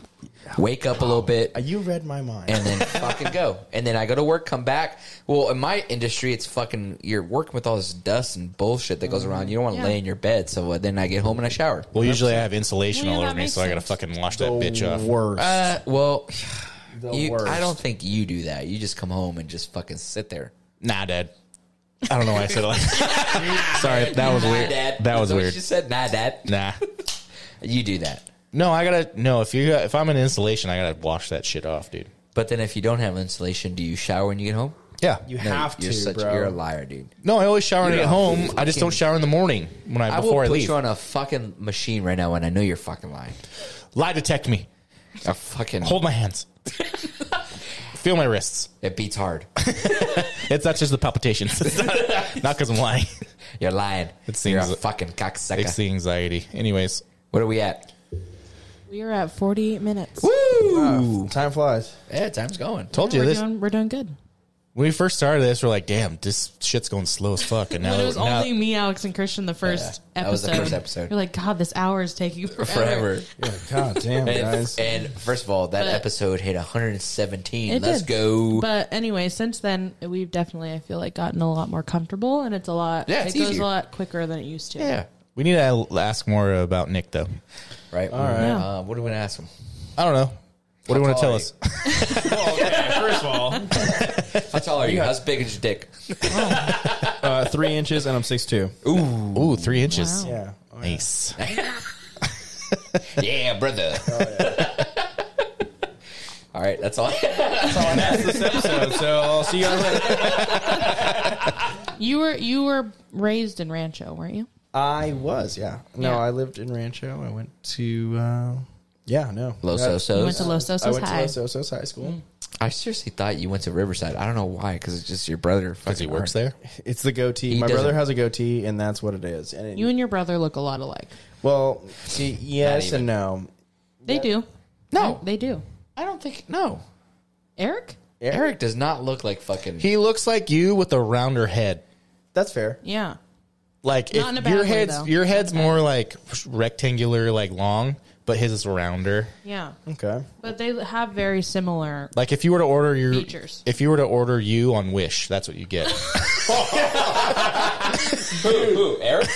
Speaker 2: Wake up a little bit.
Speaker 3: You read my mind.
Speaker 2: and then fucking go. And then I go to work, come back. Well, in my industry, it's fucking you're working with all this dust and bullshit that goes around. You don't want to
Speaker 4: Yeah.
Speaker 2: lay in your bed, so uh, then I get home and I shower.
Speaker 1: Well, usually I have insulation
Speaker 4: Well, yeah,
Speaker 1: all over
Speaker 4: that
Speaker 1: me,
Speaker 4: makes
Speaker 1: so I gotta
Speaker 4: sense.
Speaker 1: fucking wash that
Speaker 3: The
Speaker 1: bitch off.
Speaker 3: Worst.
Speaker 2: Uh, well,
Speaker 3: The
Speaker 2: you,
Speaker 3: worst.
Speaker 2: I don't think you do that. You just come home and just fucking sit there.
Speaker 1: Nah, Dad. I don't know why I said it like Sorry, that was
Speaker 2: Nah,
Speaker 1: weird.
Speaker 2: Dad.
Speaker 1: That was
Speaker 2: Is what
Speaker 1: weird.
Speaker 2: You said nah, dad.
Speaker 1: Nah.
Speaker 2: You do that.
Speaker 1: No, I gotta no. If you if I'm in insulation, I gotta wash that shit off, dude.
Speaker 2: But then if you don't have insulation, do you shower when you get home?
Speaker 1: Yeah.
Speaker 3: you have
Speaker 2: you're
Speaker 3: to,
Speaker 2: such-
Speaker 3: bro.
Speaker 2: You're a liar, dude.
Speaker 1: No, I always shower when I
Speaker 2: You're
Speaker 1: get
Speaker 2: a
Speaker 1: home. I just don't shower in the morning when I
Speaker 2: I will
Speaker 1: before I,
Speaker 2: put
Speaker 1: leave.
Speaker 2: you on a fucking machine right now, and I know you're fucking lying.
Speaker 1: Lie detect me.
Speaker 2: A fucking
Speaker 1: Hold my hands. Feel my wrists.
Speaker 2: it beats hard.
Speaker 1: It's not just the palpitations. It's not not because I'm lying.
Speaker 2: You're lying.
Speaker 1: It
Speaker 2: you're
Speaker 1: seems-
Speaker 2: a fucking cocksucker.
Speaker 1: It's the anxiety. Anyways,
Speaker 2: What are we at?
Speaker 4: we are at 48 minutes.
Speaker 2: Woo!
Speaker 3: Time flies.
Speaker 2: yeah, time's going.
Speaker 1: told you
Speaker 4: we're
Speaker 1: this.
Speaker 4: Doing, we're doing good.
Speaker 1: When we first started this, we're like, "Damn, this shit's going slow as fuck." And now,
Speaker 4: When it was
Speaker 1: now
Speaker 4: only me, Alex, and Christian the first
Speaker 2: Yeah, that was
Speaker 4: episode.
Speaker 2: the first episode.
Speaker 4: You're like, God, this hour is taking forever.
Speaker 2: Forever.
Speaker 3: God damn,
Speaker 2: And,
Speaker 3: guys.
Speaker 2: and first of all, that
Speaker 4: But-
Speaker 2: episode hit 117.
Speaker 4: It
Speaker 2: Let's
Speaker 4: did.
Speaker 2: go.
Speaker 4: But anyway, since then, we've definitely, I feel like, gotten a lot more comfortable, and it's a lot.
Speaker 2: Yeah, it's
Speaker 4: it goes
Speaker 2: easier.
Speaker 4: a lot quicker than it used to.
Speaker 2: yeah.
Speaker 1: we need to ask more about Nick, though.
Speaker 2: Right. All
Speaker 3: right.
Speaker 2: Uh, what are we gonna ask him?
Speaker 1: I don't know. What do you want
Speaker 2: How
Speaker 1: to tell
Speaker 2: tall
Speaker 1: us?
Speaker 3: First of all,
Speaker 2: How tall are you? How's big is your dick?
Speaker 3: uh, three inches, and I'm six two.
Speaker 1: Ooh, three inches.
Speaker 4: Wow.
Speaker 3: Yeah.
Speaker 1: Nice.
Speaker 2: yeah, brother. all right, that's all.
Speaker 3: That's this episode. So I'll see you guys later.
Speaker 4: You were you were raised in Rancho, weren't you?
Speaker 3: I was, yeah. No,
Speaker 4: Yeah.
Speaker 3: I lived in Rancho. I went to uh, Yeah, no.
Speaker 2: Los
Speaker 3: Yeah.
Speaker 2: Osos.
Speaker 4: You went to Los
Speaker 3: I
Speaker 4: Osos
Speaker 3: went to
Speaker 4: High. Mm.
Speaker 3: Los Osos High School.
Speaker 2: I seriously thought you went to Riverside. I don't know why, because it's just your brother.
Speaker 1: Because he works there.
Speaker 3: It's the goatee.
Speaker 2: He
Speaker 3: My brother
Speaker 2: doesn't-
Speaker 3: has a goatee, and that's what it is. And it,
Speaker 4: You and your brother look a lot alike.
Speaker 3: well, see, yes and no.
Speaker 4: They do.
Speaker 2: No.
Speaker 4: They do.
Speaker 2: I don't think. No,
Speaker 4: Eric?
Speaker 3: Eric-
Speaker 2: Eric does not look like fucking.
Speaker 1: He looks like you with a rounder head.
Speaker 3: That's fair.
Speaker 4: Yeah.
Speaker 1: Like
Speaker 4: Not in a
Speaker 1: if
Speaker 4: bad
Speaker 1: your
Speaker 4: way,
Speaker 1: head's
Speaker 4: though.
Speaker 1: your head's more like rectangular, like long, but his is rounder.
Speaker 4: Yeah.
Speaker 3: Okay.
Speaker 4: But they have very similar.
Speaker 1: Like if you were to order your
Speaker 4: Features.
Speaker 1: if you were to order you on Wish, that's what you get.
Speaker 2: Who, who, Eric?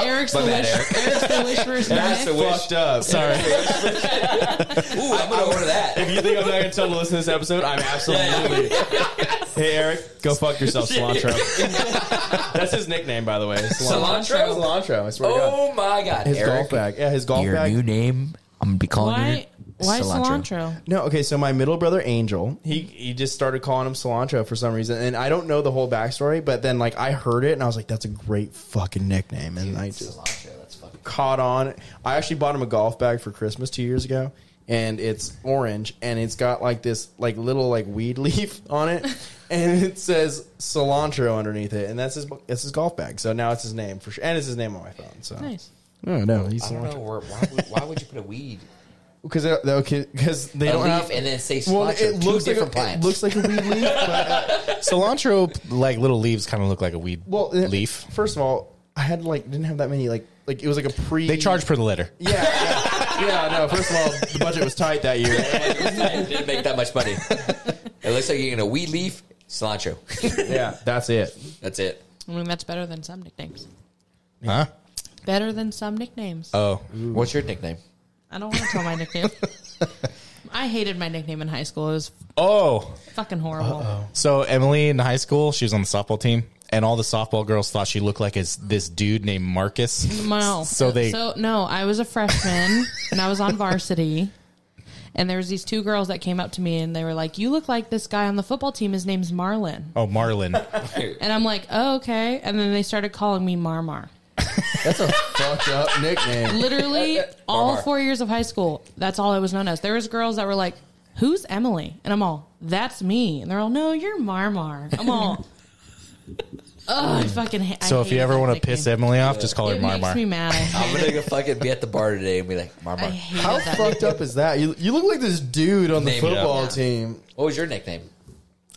Speaker 4: Eric's the
Speaker 2: bad,
Speaker 4: wish. Eric's the wish for his guy.
Speaker 2: wish.
Speaker 3: up.
Speaker 1: Sorry,
Speaker 2: Ooh, I'm gonna order that.
Speaker 3: If you think I'm not going to tell to listen to this episode, I'm absolutely. hey, Eric, go fuck yourself, cilantro. That's his nickname, by the way.
Speaker 2: Cilantro?
Speaker 3: Cilantro. I swear to God.
Speaker 2: Oh my god,
Speaker 3: His
Speaker 2: Eric.
Speaker 3: golf bag. Yeah, his golf
Speaker 2: Your
Speaker 3: bag.
Speaker 2: new name. I'm gonna be calling
Speaker 4: Why,
Speaker 2: you
Speaker 4: why cilantro?
Speaker 3: No, okay. So my middle brother Angel, he he just started calling him cilantro for some reason, and I don't know the whole backstory. But then, like, I heard it, and I was like, "That's a great fucking nickname," and I just
Speaker 2: Cilantro. That's fucking.
Speaker 3: caught on. I actually bought him a golf bag for Christmas two years ago, and it's orange, and it's got like this like little like weed leaf on it, and it says cilantro underneath it, and that's his that's his golf bag. So now it's his name for sure, and it's his name on my phone. So
Speaker 4: Nice.
Speaker 3: no, no, he's
Speaker 2: I don't know
Speaker 3: cilantro
Speaker 2: where, why, would, why would you put a weed
Speaker 3: because because they
Speaker 2: a
Speaker 3: don't
Speaker 2: leaf
Speaker 3: have.
Speaker 2: and then say cilantro?
Speaker 3: Well, it looks
Speaker 2: Two
Speaker 3: like
Speaker 2: different
Speaker 3: a, it
Speaker 2: plants.
Speaker 3: looks like a weed leaf, but uh,
Speaker 1: cilantro like little leaves kind of look like a weed
Speaker 3: Well, it-
Speaker 1: leaf.
Speaker 3: First of all, I had like didn't have that many like like it was like a pre.
Speaker 1: They charge per the letter.
Speaker 3: Yeah, yeah, yeah. No, first of all, the budget was tight that year.
Speaker 2: I didn't make that much money. It looks like you're gonna weed leaf cilantro.
Speaker 3: Yeah, that's it.
Speaker 2: That's it.
Speaker 4: I mean, that's better than some nicknames.
Speaker 1: Huh?
Speaker 4: Better than some nicknames.
Speaker 1: Oh.
Speaker 2: What's your nickname?
Speaker 4: I don't want to tell my nickname. I hated my nickname in high school. It was
Speaker 1: Oh.
Speaker 4: fucking horrible.
Speaker 1: So Emily in high school, she was on the softball team, and all the softball girls thought she looked like is this dude named Marcus.
Speaker 4: No.
Speaker 1: So they-
Speaker 4: So no, I was a freshman and I was on varsity. And there was these two girls that came up to me and they were like, "You look like this guy on the football team. His name's Marlon."
Speaker 1: Oh, Marlin.
Speaker 4: And I'm like, "Oh, okay." And then they started calling me Marmar.
Speaker 3: That's a fucked up nickname.
Speaker 4: Literally all four years of high school. That's all I was known as. There was girls that were like, "Who's Emily?" And I'm all, "That's me." And they're all, "No, you're Marmar." I'm all. Oh, I fucking. Ha- I
Speaker 1: So if you
Speaker 4: hated
Speaker 1: ever
Speaker 4: that
Speaker 1: want to piss
Speaker 4: nickname.
Speaker 1: Emily off, just call her
Speaker 4: it makes
Speaker 1: Marmar.
Speaker 4: me mad. I
Speaker 2: I'm
Speaker 4: hated,
Speaker 2: gonna go fucking be at the bar today and be like,
Speaker 4: I
Speaker 2: Marmar.
Speaker 4: hated
Speaker 3: How
Speaker 4: that.
Speaker 3: fucked up is that? You you look like this dude on the
Speaker 2: Name it up.
Speaker 3: football
Speaker 4: Yeah.
Speaker 3: team.
Speaker 2: What was your nickname?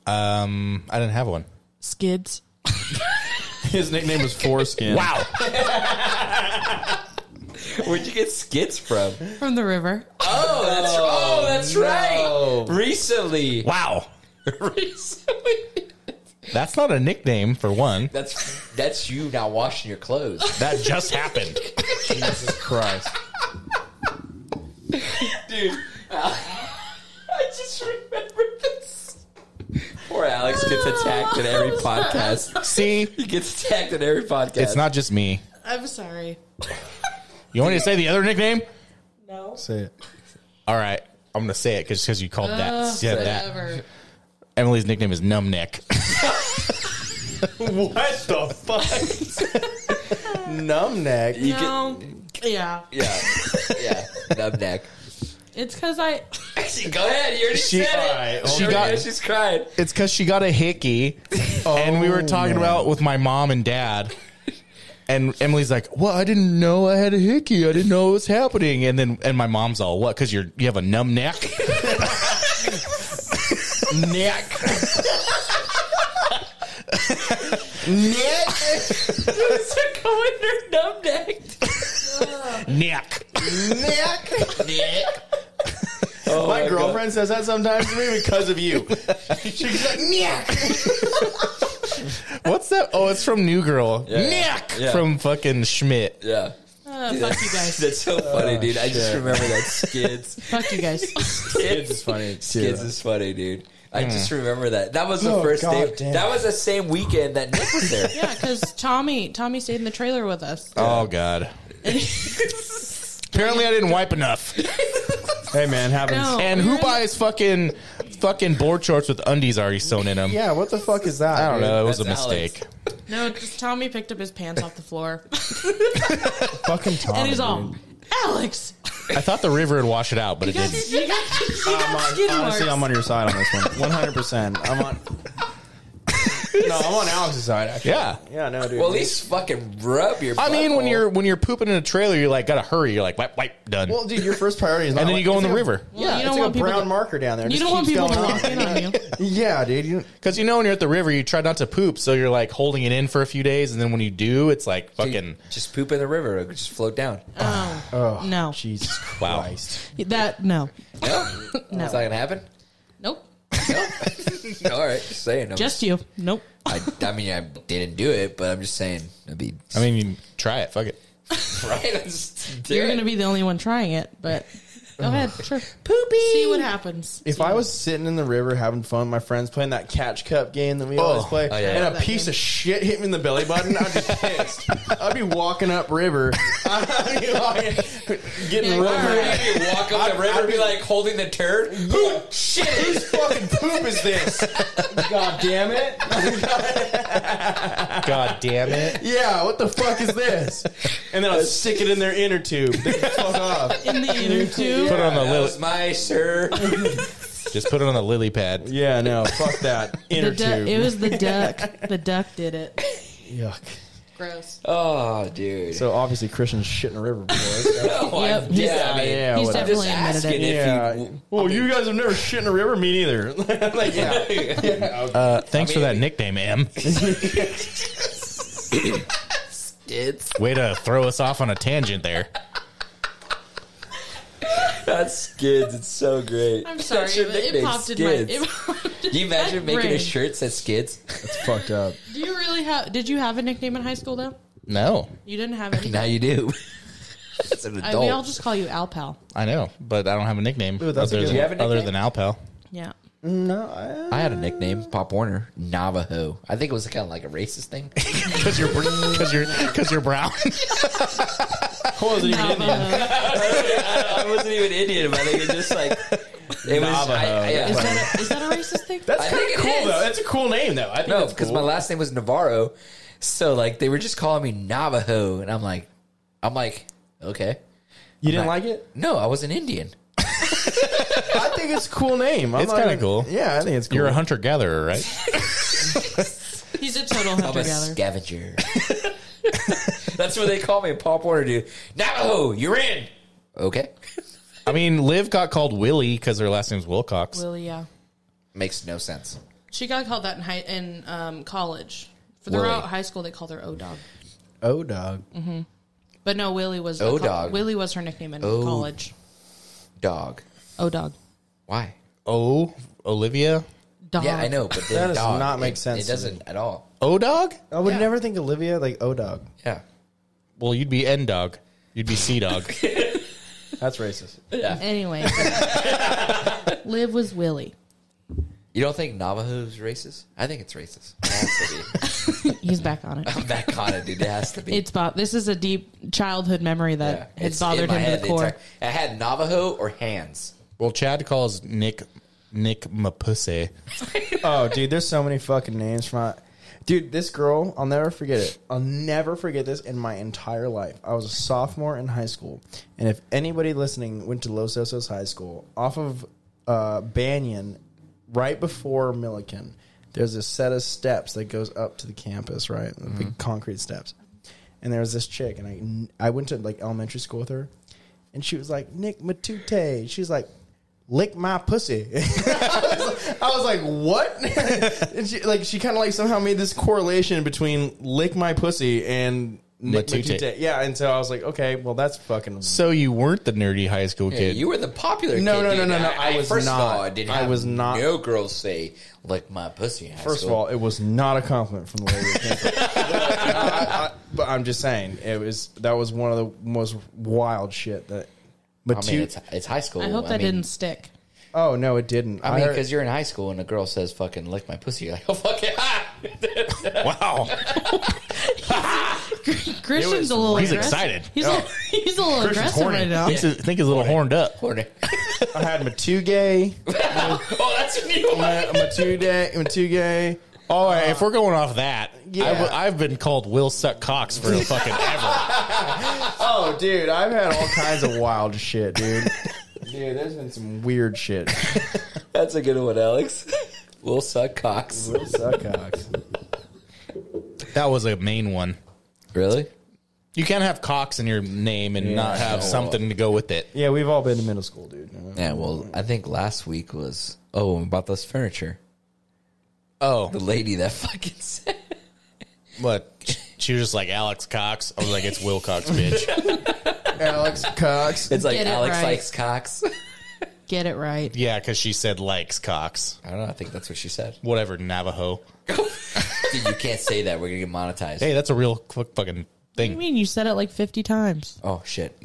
Speaker 1: Um, I didn't have one.
Speaker 4: Skids.
Speaker 3: His nickname was Foreskin.
Speaker 1: Wow.
Speaker 2: Where'd you get skits from?
Speaker 4: From the river.
Speaker 2: Oh, that's oh, that's
Speaker 3: no.
Speaker 2: right. Recently,
Speaker 1: Wow.
Speaker 2: recently.
Speaker 1: That's not a nickname for one.
Speaker 2: That's that's you now washing your clothes,
Speaker 1: That just happened.
Speaker 3: Jesus Christ.
Speaker 2: dude. I just remember this. Poor Alex gets attacked at every podcast.
Speaker 1: See,
Speaker 2: He gets attacked at every podcast.
Speaker 1: it's not just me.
Speaker 4: I'm sorry.
Speaker 1: You want me to say the other nickname?
Speaker 4: No.
Speaker 3: Say it.
Speaker 1: All right. I'm going to say it because you called that. Yeah, that.
Speaker 4: Uh, Whatever.
Speaker 1: Emily's nickname is Numb Neck.
Speaker 3: What the fuck? Numb neck.
Speaker 2: You
Speaker 4: No. Yeah.
Speaker 2: yeah, yeah. Nub neck.
Speaker 4: It's because I.
Speaker 2: Go ahead. You already
Speaker 1: She-
Speaker 2: said it.
Speaker 3: alright,
Speaker 1: she
Speaker 2: She
Speaker 1: got-
Speaker 2: she's crying.
Speaker 1: It's because she got a hickey, and we were talking
Speaker 3: man.
Speaker 1: about with my mom and dad. And Emily's like, "Well, I didn't know I had a hickey. I didn't know it was happening." And then, and my mom's all, "What? Because you're you have a numb neck."
Speaker 3: neck. neck.
Speaker 2: It's a calendar numb neck.
Speaker 1: neck.
Speaker 3: Neck. My
Speaker 2: my
Speaker 3: girlfriend says that sometimes to me because of you. She's like, neck.
Speaker 1: What's that? Oh, it's from New Girl.
Speaker 2: Yeah.
Speaker 1: Neck
Speaker 2: Yeah.
Speaker 1: from fucking Schmidt.
Speaker 2: Yeah.
Speaker 4: Uh, fuck you guys.
Speaker 2: That's so
Speaker 1: Oh,
Speaker 2: funny, dude. I just remember that skids.
Speaker 4: Fuck you guys.
Speaker 2: Skids is
Speaker 3: funny, too.
Speaker 2: Skids is funny, dude.
Speaker 1: Hmm.
Speaker 2: I just remember that. That was the
Speaker 3: Oh,
Speaker 2: first
Speaker 3: God
Speaker 2: day.
Speaker 3: damn.
Speaker 2: That was the same weekend that Nick was there.
Speaker 4: Yeah, because Tommy Tommy stayed in the trailer with us.
Speaker 1: Oh God. Apparently, I didn't wipe enough.
Speaker 3: Hey man, happens.
Speaker 4: No.
Speaker 1: And who
Speaker 4: Really?
Speaker 1: buys fucking fucking board shorts with undies already sewn in them?
Speaker 3: Yeah, what the fuck is that?
Speaker 1: I don't know. It was a
Speaker 2: That's Alex.
Speaker 1: mistake.
Speaker 4: No, just Tommy picked up his pants off the floor,
Speaker 3: Fucking Tommy.
Speaker 4: and he's all,
Speaker 3: dude.
Speaker 4: "Alex,
Speaker 1: I thought the river would wash it out, but it
Speaker 4: You got,
Speaker 1: didn't.
Speaker 4: you got, you got
Speaker 3: I'm on-
Speaker 4: skid marks.
Speaker 3: honestly, I'm on your side on this one. One hundred percent. I'm on. No, I'm on Alex's side. Actually.
Speaker 1: Yeah.
Speaker 3: Yeah. No, dude.
Speaker 2: Well, at least fucking rub your.
Speaker 1: I mean, when
Speaker 2: butthole.
Speaker 1: you're when you're pooping in a trailer, you're like, gotta hurry. You're like, wipe, wipe, done.
Speaker 3: Well, dude, your first priority is not
Speaker 1: and then you
Speaker 3: like-
Speaker 1: go in
Speaker 3: it's
Speaker 1: the
Speaker 3: like a-
Speaker 1: river
Speaker 4: Well,
Speaker 3: Yeah,
Speaker 4: you
Speaker 3: you
Speaker 4: don't
Speaker 3: it's
Speaker 4: want
Speaker 3: like a
Speaker 4: people
Speaker 3: brown
Speaker 4: to-
Speaker 3: marker down there. It
Speaker 4: you
Speaker 3: just
Speaker 4: don't want
Speaker 3: keeps
Speaker 4: people to
Speaker 3: going
Speaker 4: walk in on you.
Speaker 3: Yeah, dude. You,
Speaker 1: because you know when you're at the river, you try not to poop, so you're like holding it in for a few days, and then when you do, it's like
Speaker 2: Dude,
Speaker 1: fucking
Speaker 2: just poop in the river. It'll just float down.
Speaker 3: oh,
Speaker 4: Um, No.
Speaker 3: Jesus
Speaker 1: Wow.
Speaker 3: Christ.
Speaker 4: That no,
Speaker 2: No, it's
Speaker 4: no,
Speaker 2: not gonna happen.
Speaker 4: nope.
Speaker 2: No. All right, just saying. I'm-
Speaker 4: Just you. Nope.
Speaker 2: I, I mean, I didn't do it, but I'm just saying. I'd be.
Speaker 1: I mean, you try it. Fuck it.
Speaker 2: right. Let's do
Speaker 4: You're
Speaker 2: it.
Speaker 4: gonna be the only one trying it, but go ahead. Sure. Poopy. See what happens.
Speaker 3: If I was sitting in the river having fun, with my friends playing that catch cup game that we always play,
Speaker 2: Oh, yeah, yeah.
Speaker 3: and a
Speaker 4: That
Speaker 3: piece
Speaker 4: game.
Speaker 3: of shit hit me in the belly button, I'd be pissed. I'd be walking up river, I'd be like, getting
Speaker 4: Yeah,
Speaker 3: real
Speaker 4: all right.
Speaker 3: mad.
Speaker 2: You walk up the river, be like holding the turd. Who shit?
Speaker 3: Whose fucking poop is this? God damn it!
Speaker 1: God damn it.
Speaker 3: Yeah, what the fuck is this? And then I'll stick it in their inner tube. They can fuck off.
Speaker 4: in the inner tube.
Speaker 1: Put it on the
Speaker 2: That
Speaker 1: lily.
Speaker 2: was my sir.
Speaker 1: Just put it on the lily pad.
Speaker 3: Yeah, no, fuck that
Speaker 4: The
Speaker 3: inner
Speaker 4: duck.
Speaker 3: tube.
Speaker 4: It was the duck. The duck did it.
Speaker 3: Yuck.
Speaker 4: Gross.
Speaker 2: Oh, dude.
Speaker 3: So obviously Christian's shit in a river before.
Speaker 2: Oh,
Speaker 4: Yep.
Speaker 2: I- Yeah, I
Speaker 3: Yeah,
Speaker 2: mean,
Speaker 3: yeah,
Speaker 4: He's
Speaker 3: whatever.
Speaker 4: definitely
Speaker 2: Just
Speaker 4: admitted
Speaker 2: asking
Speaker 4: it.
Speaker 2: it.
Speaker 3: Yeah.
Speaker 2: If you-
Speaker 3: well, you guys have never shit in a river. Me neither. like, yeah.
Speaker 1: Uh, thanks
Speaker 2: I
Speaker 1: for
Speaker 2: mean-
Speaker 1: that nickname, Em.
Speaker 2: it's
Speaker 1: Way to throw us off on a tangent there.
Speaker 2: that's skids. It's so great.
Speaker 4: I'm sorry,
Speaker 2: That's your
Speaker 4: but it
Speaker 2: nickname,
Speaker 4: popped in my.
Speaker 2: Skids.
Speaker 4: It popped in
Speaker 2: Can you imagine
Speaker 4: my
Speaker 2: making a
Speaker 4: brain.
Speaker 2: shirt that says skids?
Speaker 3: It's fucked up.
Speaker 4: Do you really have? Did you have a nickname in high school though?
Speaker 1: No,
Speaker 4: You didn't have any.
Speaker 2: now you do. As an
Speaker 4: I,
Speaker 2: adult.
Speaker 4: we all just call you Al Pal.
Speaker 1: I know, but I don't have a nickname
Speaker 3: Ooh, that's a
Speaker 1: other,
Speaker 3: good-
Speaker 1: than,
Speaker 3: Do you
Speaker 2: have a
Speaker 1: other
Speaker 2: nickname?
Speaker 1: than Alpal.
Speaker 4: Yeah.
Speaker 3: No, I,
Speaker 2: I had a nickname, Pop Warner, Navajo. I think it was kind of like a racist thing.
Speaker 1: Because you're because you're because you're brown.
Speaker 4: Um,
Speaker 3: wasn't
Speaker 4: Navajo.
Speaker 2: I wasn't even Indian, but I think it was just like it was. I, I, yeah.
Speaker 4: Is that, a, is that a racist thing?
Speaker 3: That's
Speaker 2: I
Speaker 3: kind
Speaker 2: think it
Speaker 3: of cool
Speaker 2: is.
Speaker 3: though. That's a cool name though. I think
Speaker 2: No,
Speaker 3: that's
Speaker 2: because
Speaker 3: cool.
Speaker 2: my last name was Navarro, so like they were just calling me Navajo, and I'm like, I'm like, okay,
Speaker 3: you didn't
Speaker 2: I'm not-
Speaker 3: like it.
Speaker 2: no, I was an Indian.
Speaker 3: I think it's a cool name. I'm
Speaker 1: It's
Speaker 3: not
Speaker 1: kinda
Speaker 3: even-
Speaker 1: cool.
Speaker 3: Yeah, I think it's cool.
Speaker 1: You're a hunter gatherer, right?
Speaker 4: He's a total
Speaker 2: I'm a
Speaker 4: hunter gatherer.
Speaker 2: scavenger. That's what they call me, Pop Warner, dude. Navajo, you're in. Okay,
Speaker 1: I mean, Liv got called Willie because her last name's Wilcox.
Speaker 4: Willie, yeah.
Speaker 2: makes no sense.
Speaker 4: She got called that in high, in um, college. For the
Speaker 2: Willie.
Speaker 4: route high school, they called her O Dog.
Speaker 3: oh dog.
Speaker 4: But no, Willie was the
Speaker 2: O-Dog.
Speaker 4: col- Willie was her nickname in
Speaker 2: O-
Speaker 4: college.
Speaker 2: Dog,
Speaker 4: O Dog.
Speaker 2: why?
Speaker 1: Oh, Olivia.
Speaker 4: Dog.
Speaker 2: Yeah, I know, but then
Speaker 3: That does
Speaker 2: dog,
Speaker 3: not make
Speaker 2: it-
Speaker 3: sense
Speaker 2: It
Speaker 3: to
Speaker 2: doesn't at all.
Speaker 1: O dog.
Speaker 3: I would never think Olivia like oh dog.
Speaker 2: Yeah,
Speaker 1: Well, you'd be N dog. You'd be C dog.
Speaker 3: That's racist.
Speaker 4: Anyway, Liv was Willie.
Speaker 2: you don't think Navajo's racist? I think it's racist. It has to
Speaker 4: He's back on it.
Speaker 2: be. I'm back on it, dude. It has to be.
Speaker 4: It's bo- this is a deep childhood memory that
Speaker 2: Yeah,
Speaker 4: has
Speaker 2: it's in
Speaker 4: bothered
Speaker 2: my
Speaker 4: him to
Speaker 2: head
Speaker 4: the core.
Speaker 2: entire- I had Navajo or hands.
Speaker 1: well, Chad calls Nick Nick Mapusse.
Speaker 3: Oh, dude, there's so many fucking names from my. Dude, this girl, I'll never forget it. I'll never forget this in my entire life. I was a sophomore in high school, and if anybody listening went to Los Osos High School, off of uh, Banyan, right before Milliken, there's a set of steps that goes up to the campus, right? The Big concrete steps. And there was this chick, and I I went to like elementary school with her, and she was like Nick Matute. She was like, lick my pussy. I was like, what? and she, like, she kind of like somehow made this correlation between lick my pussy and Nick
Speaker 1: Matute.
Speaker 3: Matute. Yeah, and so I was like, okay, well, that's fucking.
Speaker 1: So you weren't the nerdy high school
Speaker 2: Yeah,
Speaker 1: kid.
Speaker 2: you were the popular.
Speaker 3: No,
Speaker 2: kid,
Speaker 3: no, no,
Speaker 2: dude.
Speaker 3: no, no, I was
Speaker 2: first Of
Speaker 3: not.
Speaker 2: all, I, didn't
Speaker 3: I
Speaker 2: have
Speaker 3: was not.
Speaker 2: No girls say like my pussy. In high
Speaker 3: First of
Speaker 2: school.
Speaker 3: all, it was not a compliment from the lady. who came from- I- I- but I'm just saying, it was that was one of the most wild shit that.
Speaker 2: I
Speaker 3: Matute.
Speaker 2: mean it's, it's high school.
Speaker 4: I hope that
Speaker 2: mean,
Speaker 4: didn't stick.
Speaker 3: oh no, it didn't.
Speaker 2: I mean,
Speaker 3: heard-
Speaker 2: because you're in high school and a girl says "fucking lick my pussy," you're like, "Oh fuck it!"
Speaker 1: wow.
Speaker 4: Christian's a little.
Speaker 1: he's
Speaker 4: aggressive.
Speaker 1: excited.
Speaker 4: He's, a, he's a little aggressive right now.
Speaker 1: He's- I think he's a little horned up.
Speaker 2: Horny.
Speaker 3: I had Matuge.
Speaker 2: oh, that's a new one.
Speaker 3: I'm a two day. I'm a two gay.
Speaker 1: Oh, if we're going off that,
Speaker 3: Yeah.
Speaker 1: I w- I've been called Will Suck Cox for fucking ever.
Speaker 3: Oh, dude, I've had all kinds of wild shit, dude. Dude, there's been some weird shit.
Speaker 2: That's a good one, Alex. Will suck cocks.
Speaker 1: That was a main one.
Speaker 2: Really?
Speaker 1: You can't have Cox in your name and not have
Speaker 2: no.
Speaker 1: something to go with it.
Speaker 3: Yeah, we've all been to middle school, dude.
Speaker 2: Yeah. Well, I think last week was oh about this furniture.
Speaker 1: Oh,
Speaker 2: The lady that fucking said
Speaker 1: what? She was just like Alex Cox. I was like, it's Will Cox, bitch.
Speaker 3: Alex Cox.
Speaker 2: it's like
Speaker 4: Get it
Speaker 2: Alex
Speaker 4: right.
Speaker 2: likes cocks.
Speaker 4: Get it right.
Speaker 1: yeah, because she said likes Cox.
Speaker 2: I don't know. I think that's what she said.
Speaker 1: Whatever, Navajo.
Speaker 2: Dude, you can't say that. We're gonna get monetized.
Speaker 1: Hey, that's a real fu- fucking
Speaker 4: I
Speaker 1: thing.
Speaker 4: mean, you said it like 50 times.
Speaker 2: Oh shit!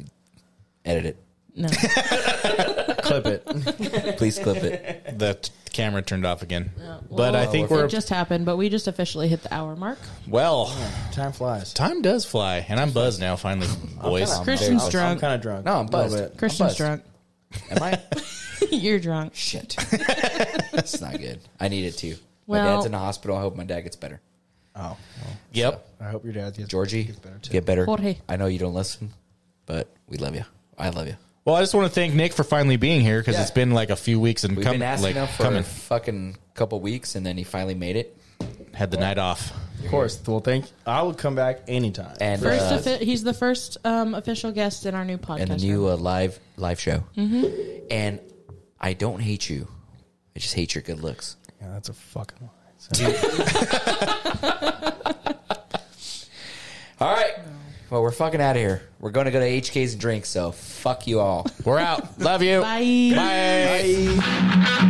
Speaker 2: Edit
Speaker 4: No.
Speaker 3: clip it.
Speaker 2: it. Please clip it.
Speaker 1: The t- camera turned off again.
Speaker 4: Well,
Speaker 1: but I think we're
Speaker 4: it just happened, but we just officially hit the hour mark.
Speaker 1: well.
Speaker 3: Time flies.
Speaker 1: Time does fly, and I'm buzzed now. Finally,
Speaker 2: Oh,
Speaker 1: boys.
Speaker 4: Christian's
Speaker 3: I'm
Speaker 4: drunk.
Speaker 3: kind of drunk.
Speaker 2: No, I'm
Speaker 3: A little
Speaker 2: buzzed.
Speaker 3: bit.
Speaker 4: Christian's
Speaker 2: buzzed.
Speaker 4: drunk.
Speaker 2: Am I?
Speaker 4: You're drunk.
Speaker 2: Shit. That's not good. I need it too. my
Speaker 4: Well-
Speaker 2: dad's in the hospital. I hope my dad gets better.
Speaker 3: Oh, well,
Speaker 1: Yep.
Speaker 3: I hope your dad gets
Speaker 2: Georgie,
Speaker 3: Gets better too.
Speaker 2: get better.
Speaker 4: Jorge.
Speaker 2: I know you don't listen, but we love you. I love you.
Speaker 1: Well, I just want to thank Nick for finally being here because
Speaker 2: Yeah.
Speaker 1: it's been like a few weeks and
Speaker 2: We've
Speaker 1: coming,
Speaker 2: been
Speaker 1: like
Speaker 2: asking him for a
Speaker 1: coming,
Speaker 2: fucking couple weeks, and then he finally made it.
Speaker 1: had the night off.
Speaker 3: Of course. Well, thank. I will come back anytime.
Speaker 2: And
Speaker 4: First,
Speaker 2: uh,
Speaker 4: offi- he's the first um, official guest in our new podcast.
Speaker 2: and the
Speaker 4: room.
Speaker 2: new uh, live live show.
Speaker 4: Mm-hmm.
Speaker 2: And I don't hate you. I just hate your good looks.
Speaker 3: yeah, that's a fucking lie. So-
Speaker 2: All right. Well, we're fucking out of here. We're going to go to HK's and drink, so fuck you all.
Speaker 1: We're out. Love you.
Speaker 4: Bye.
Speaker 1: Bye.
Speaker 3: Bye.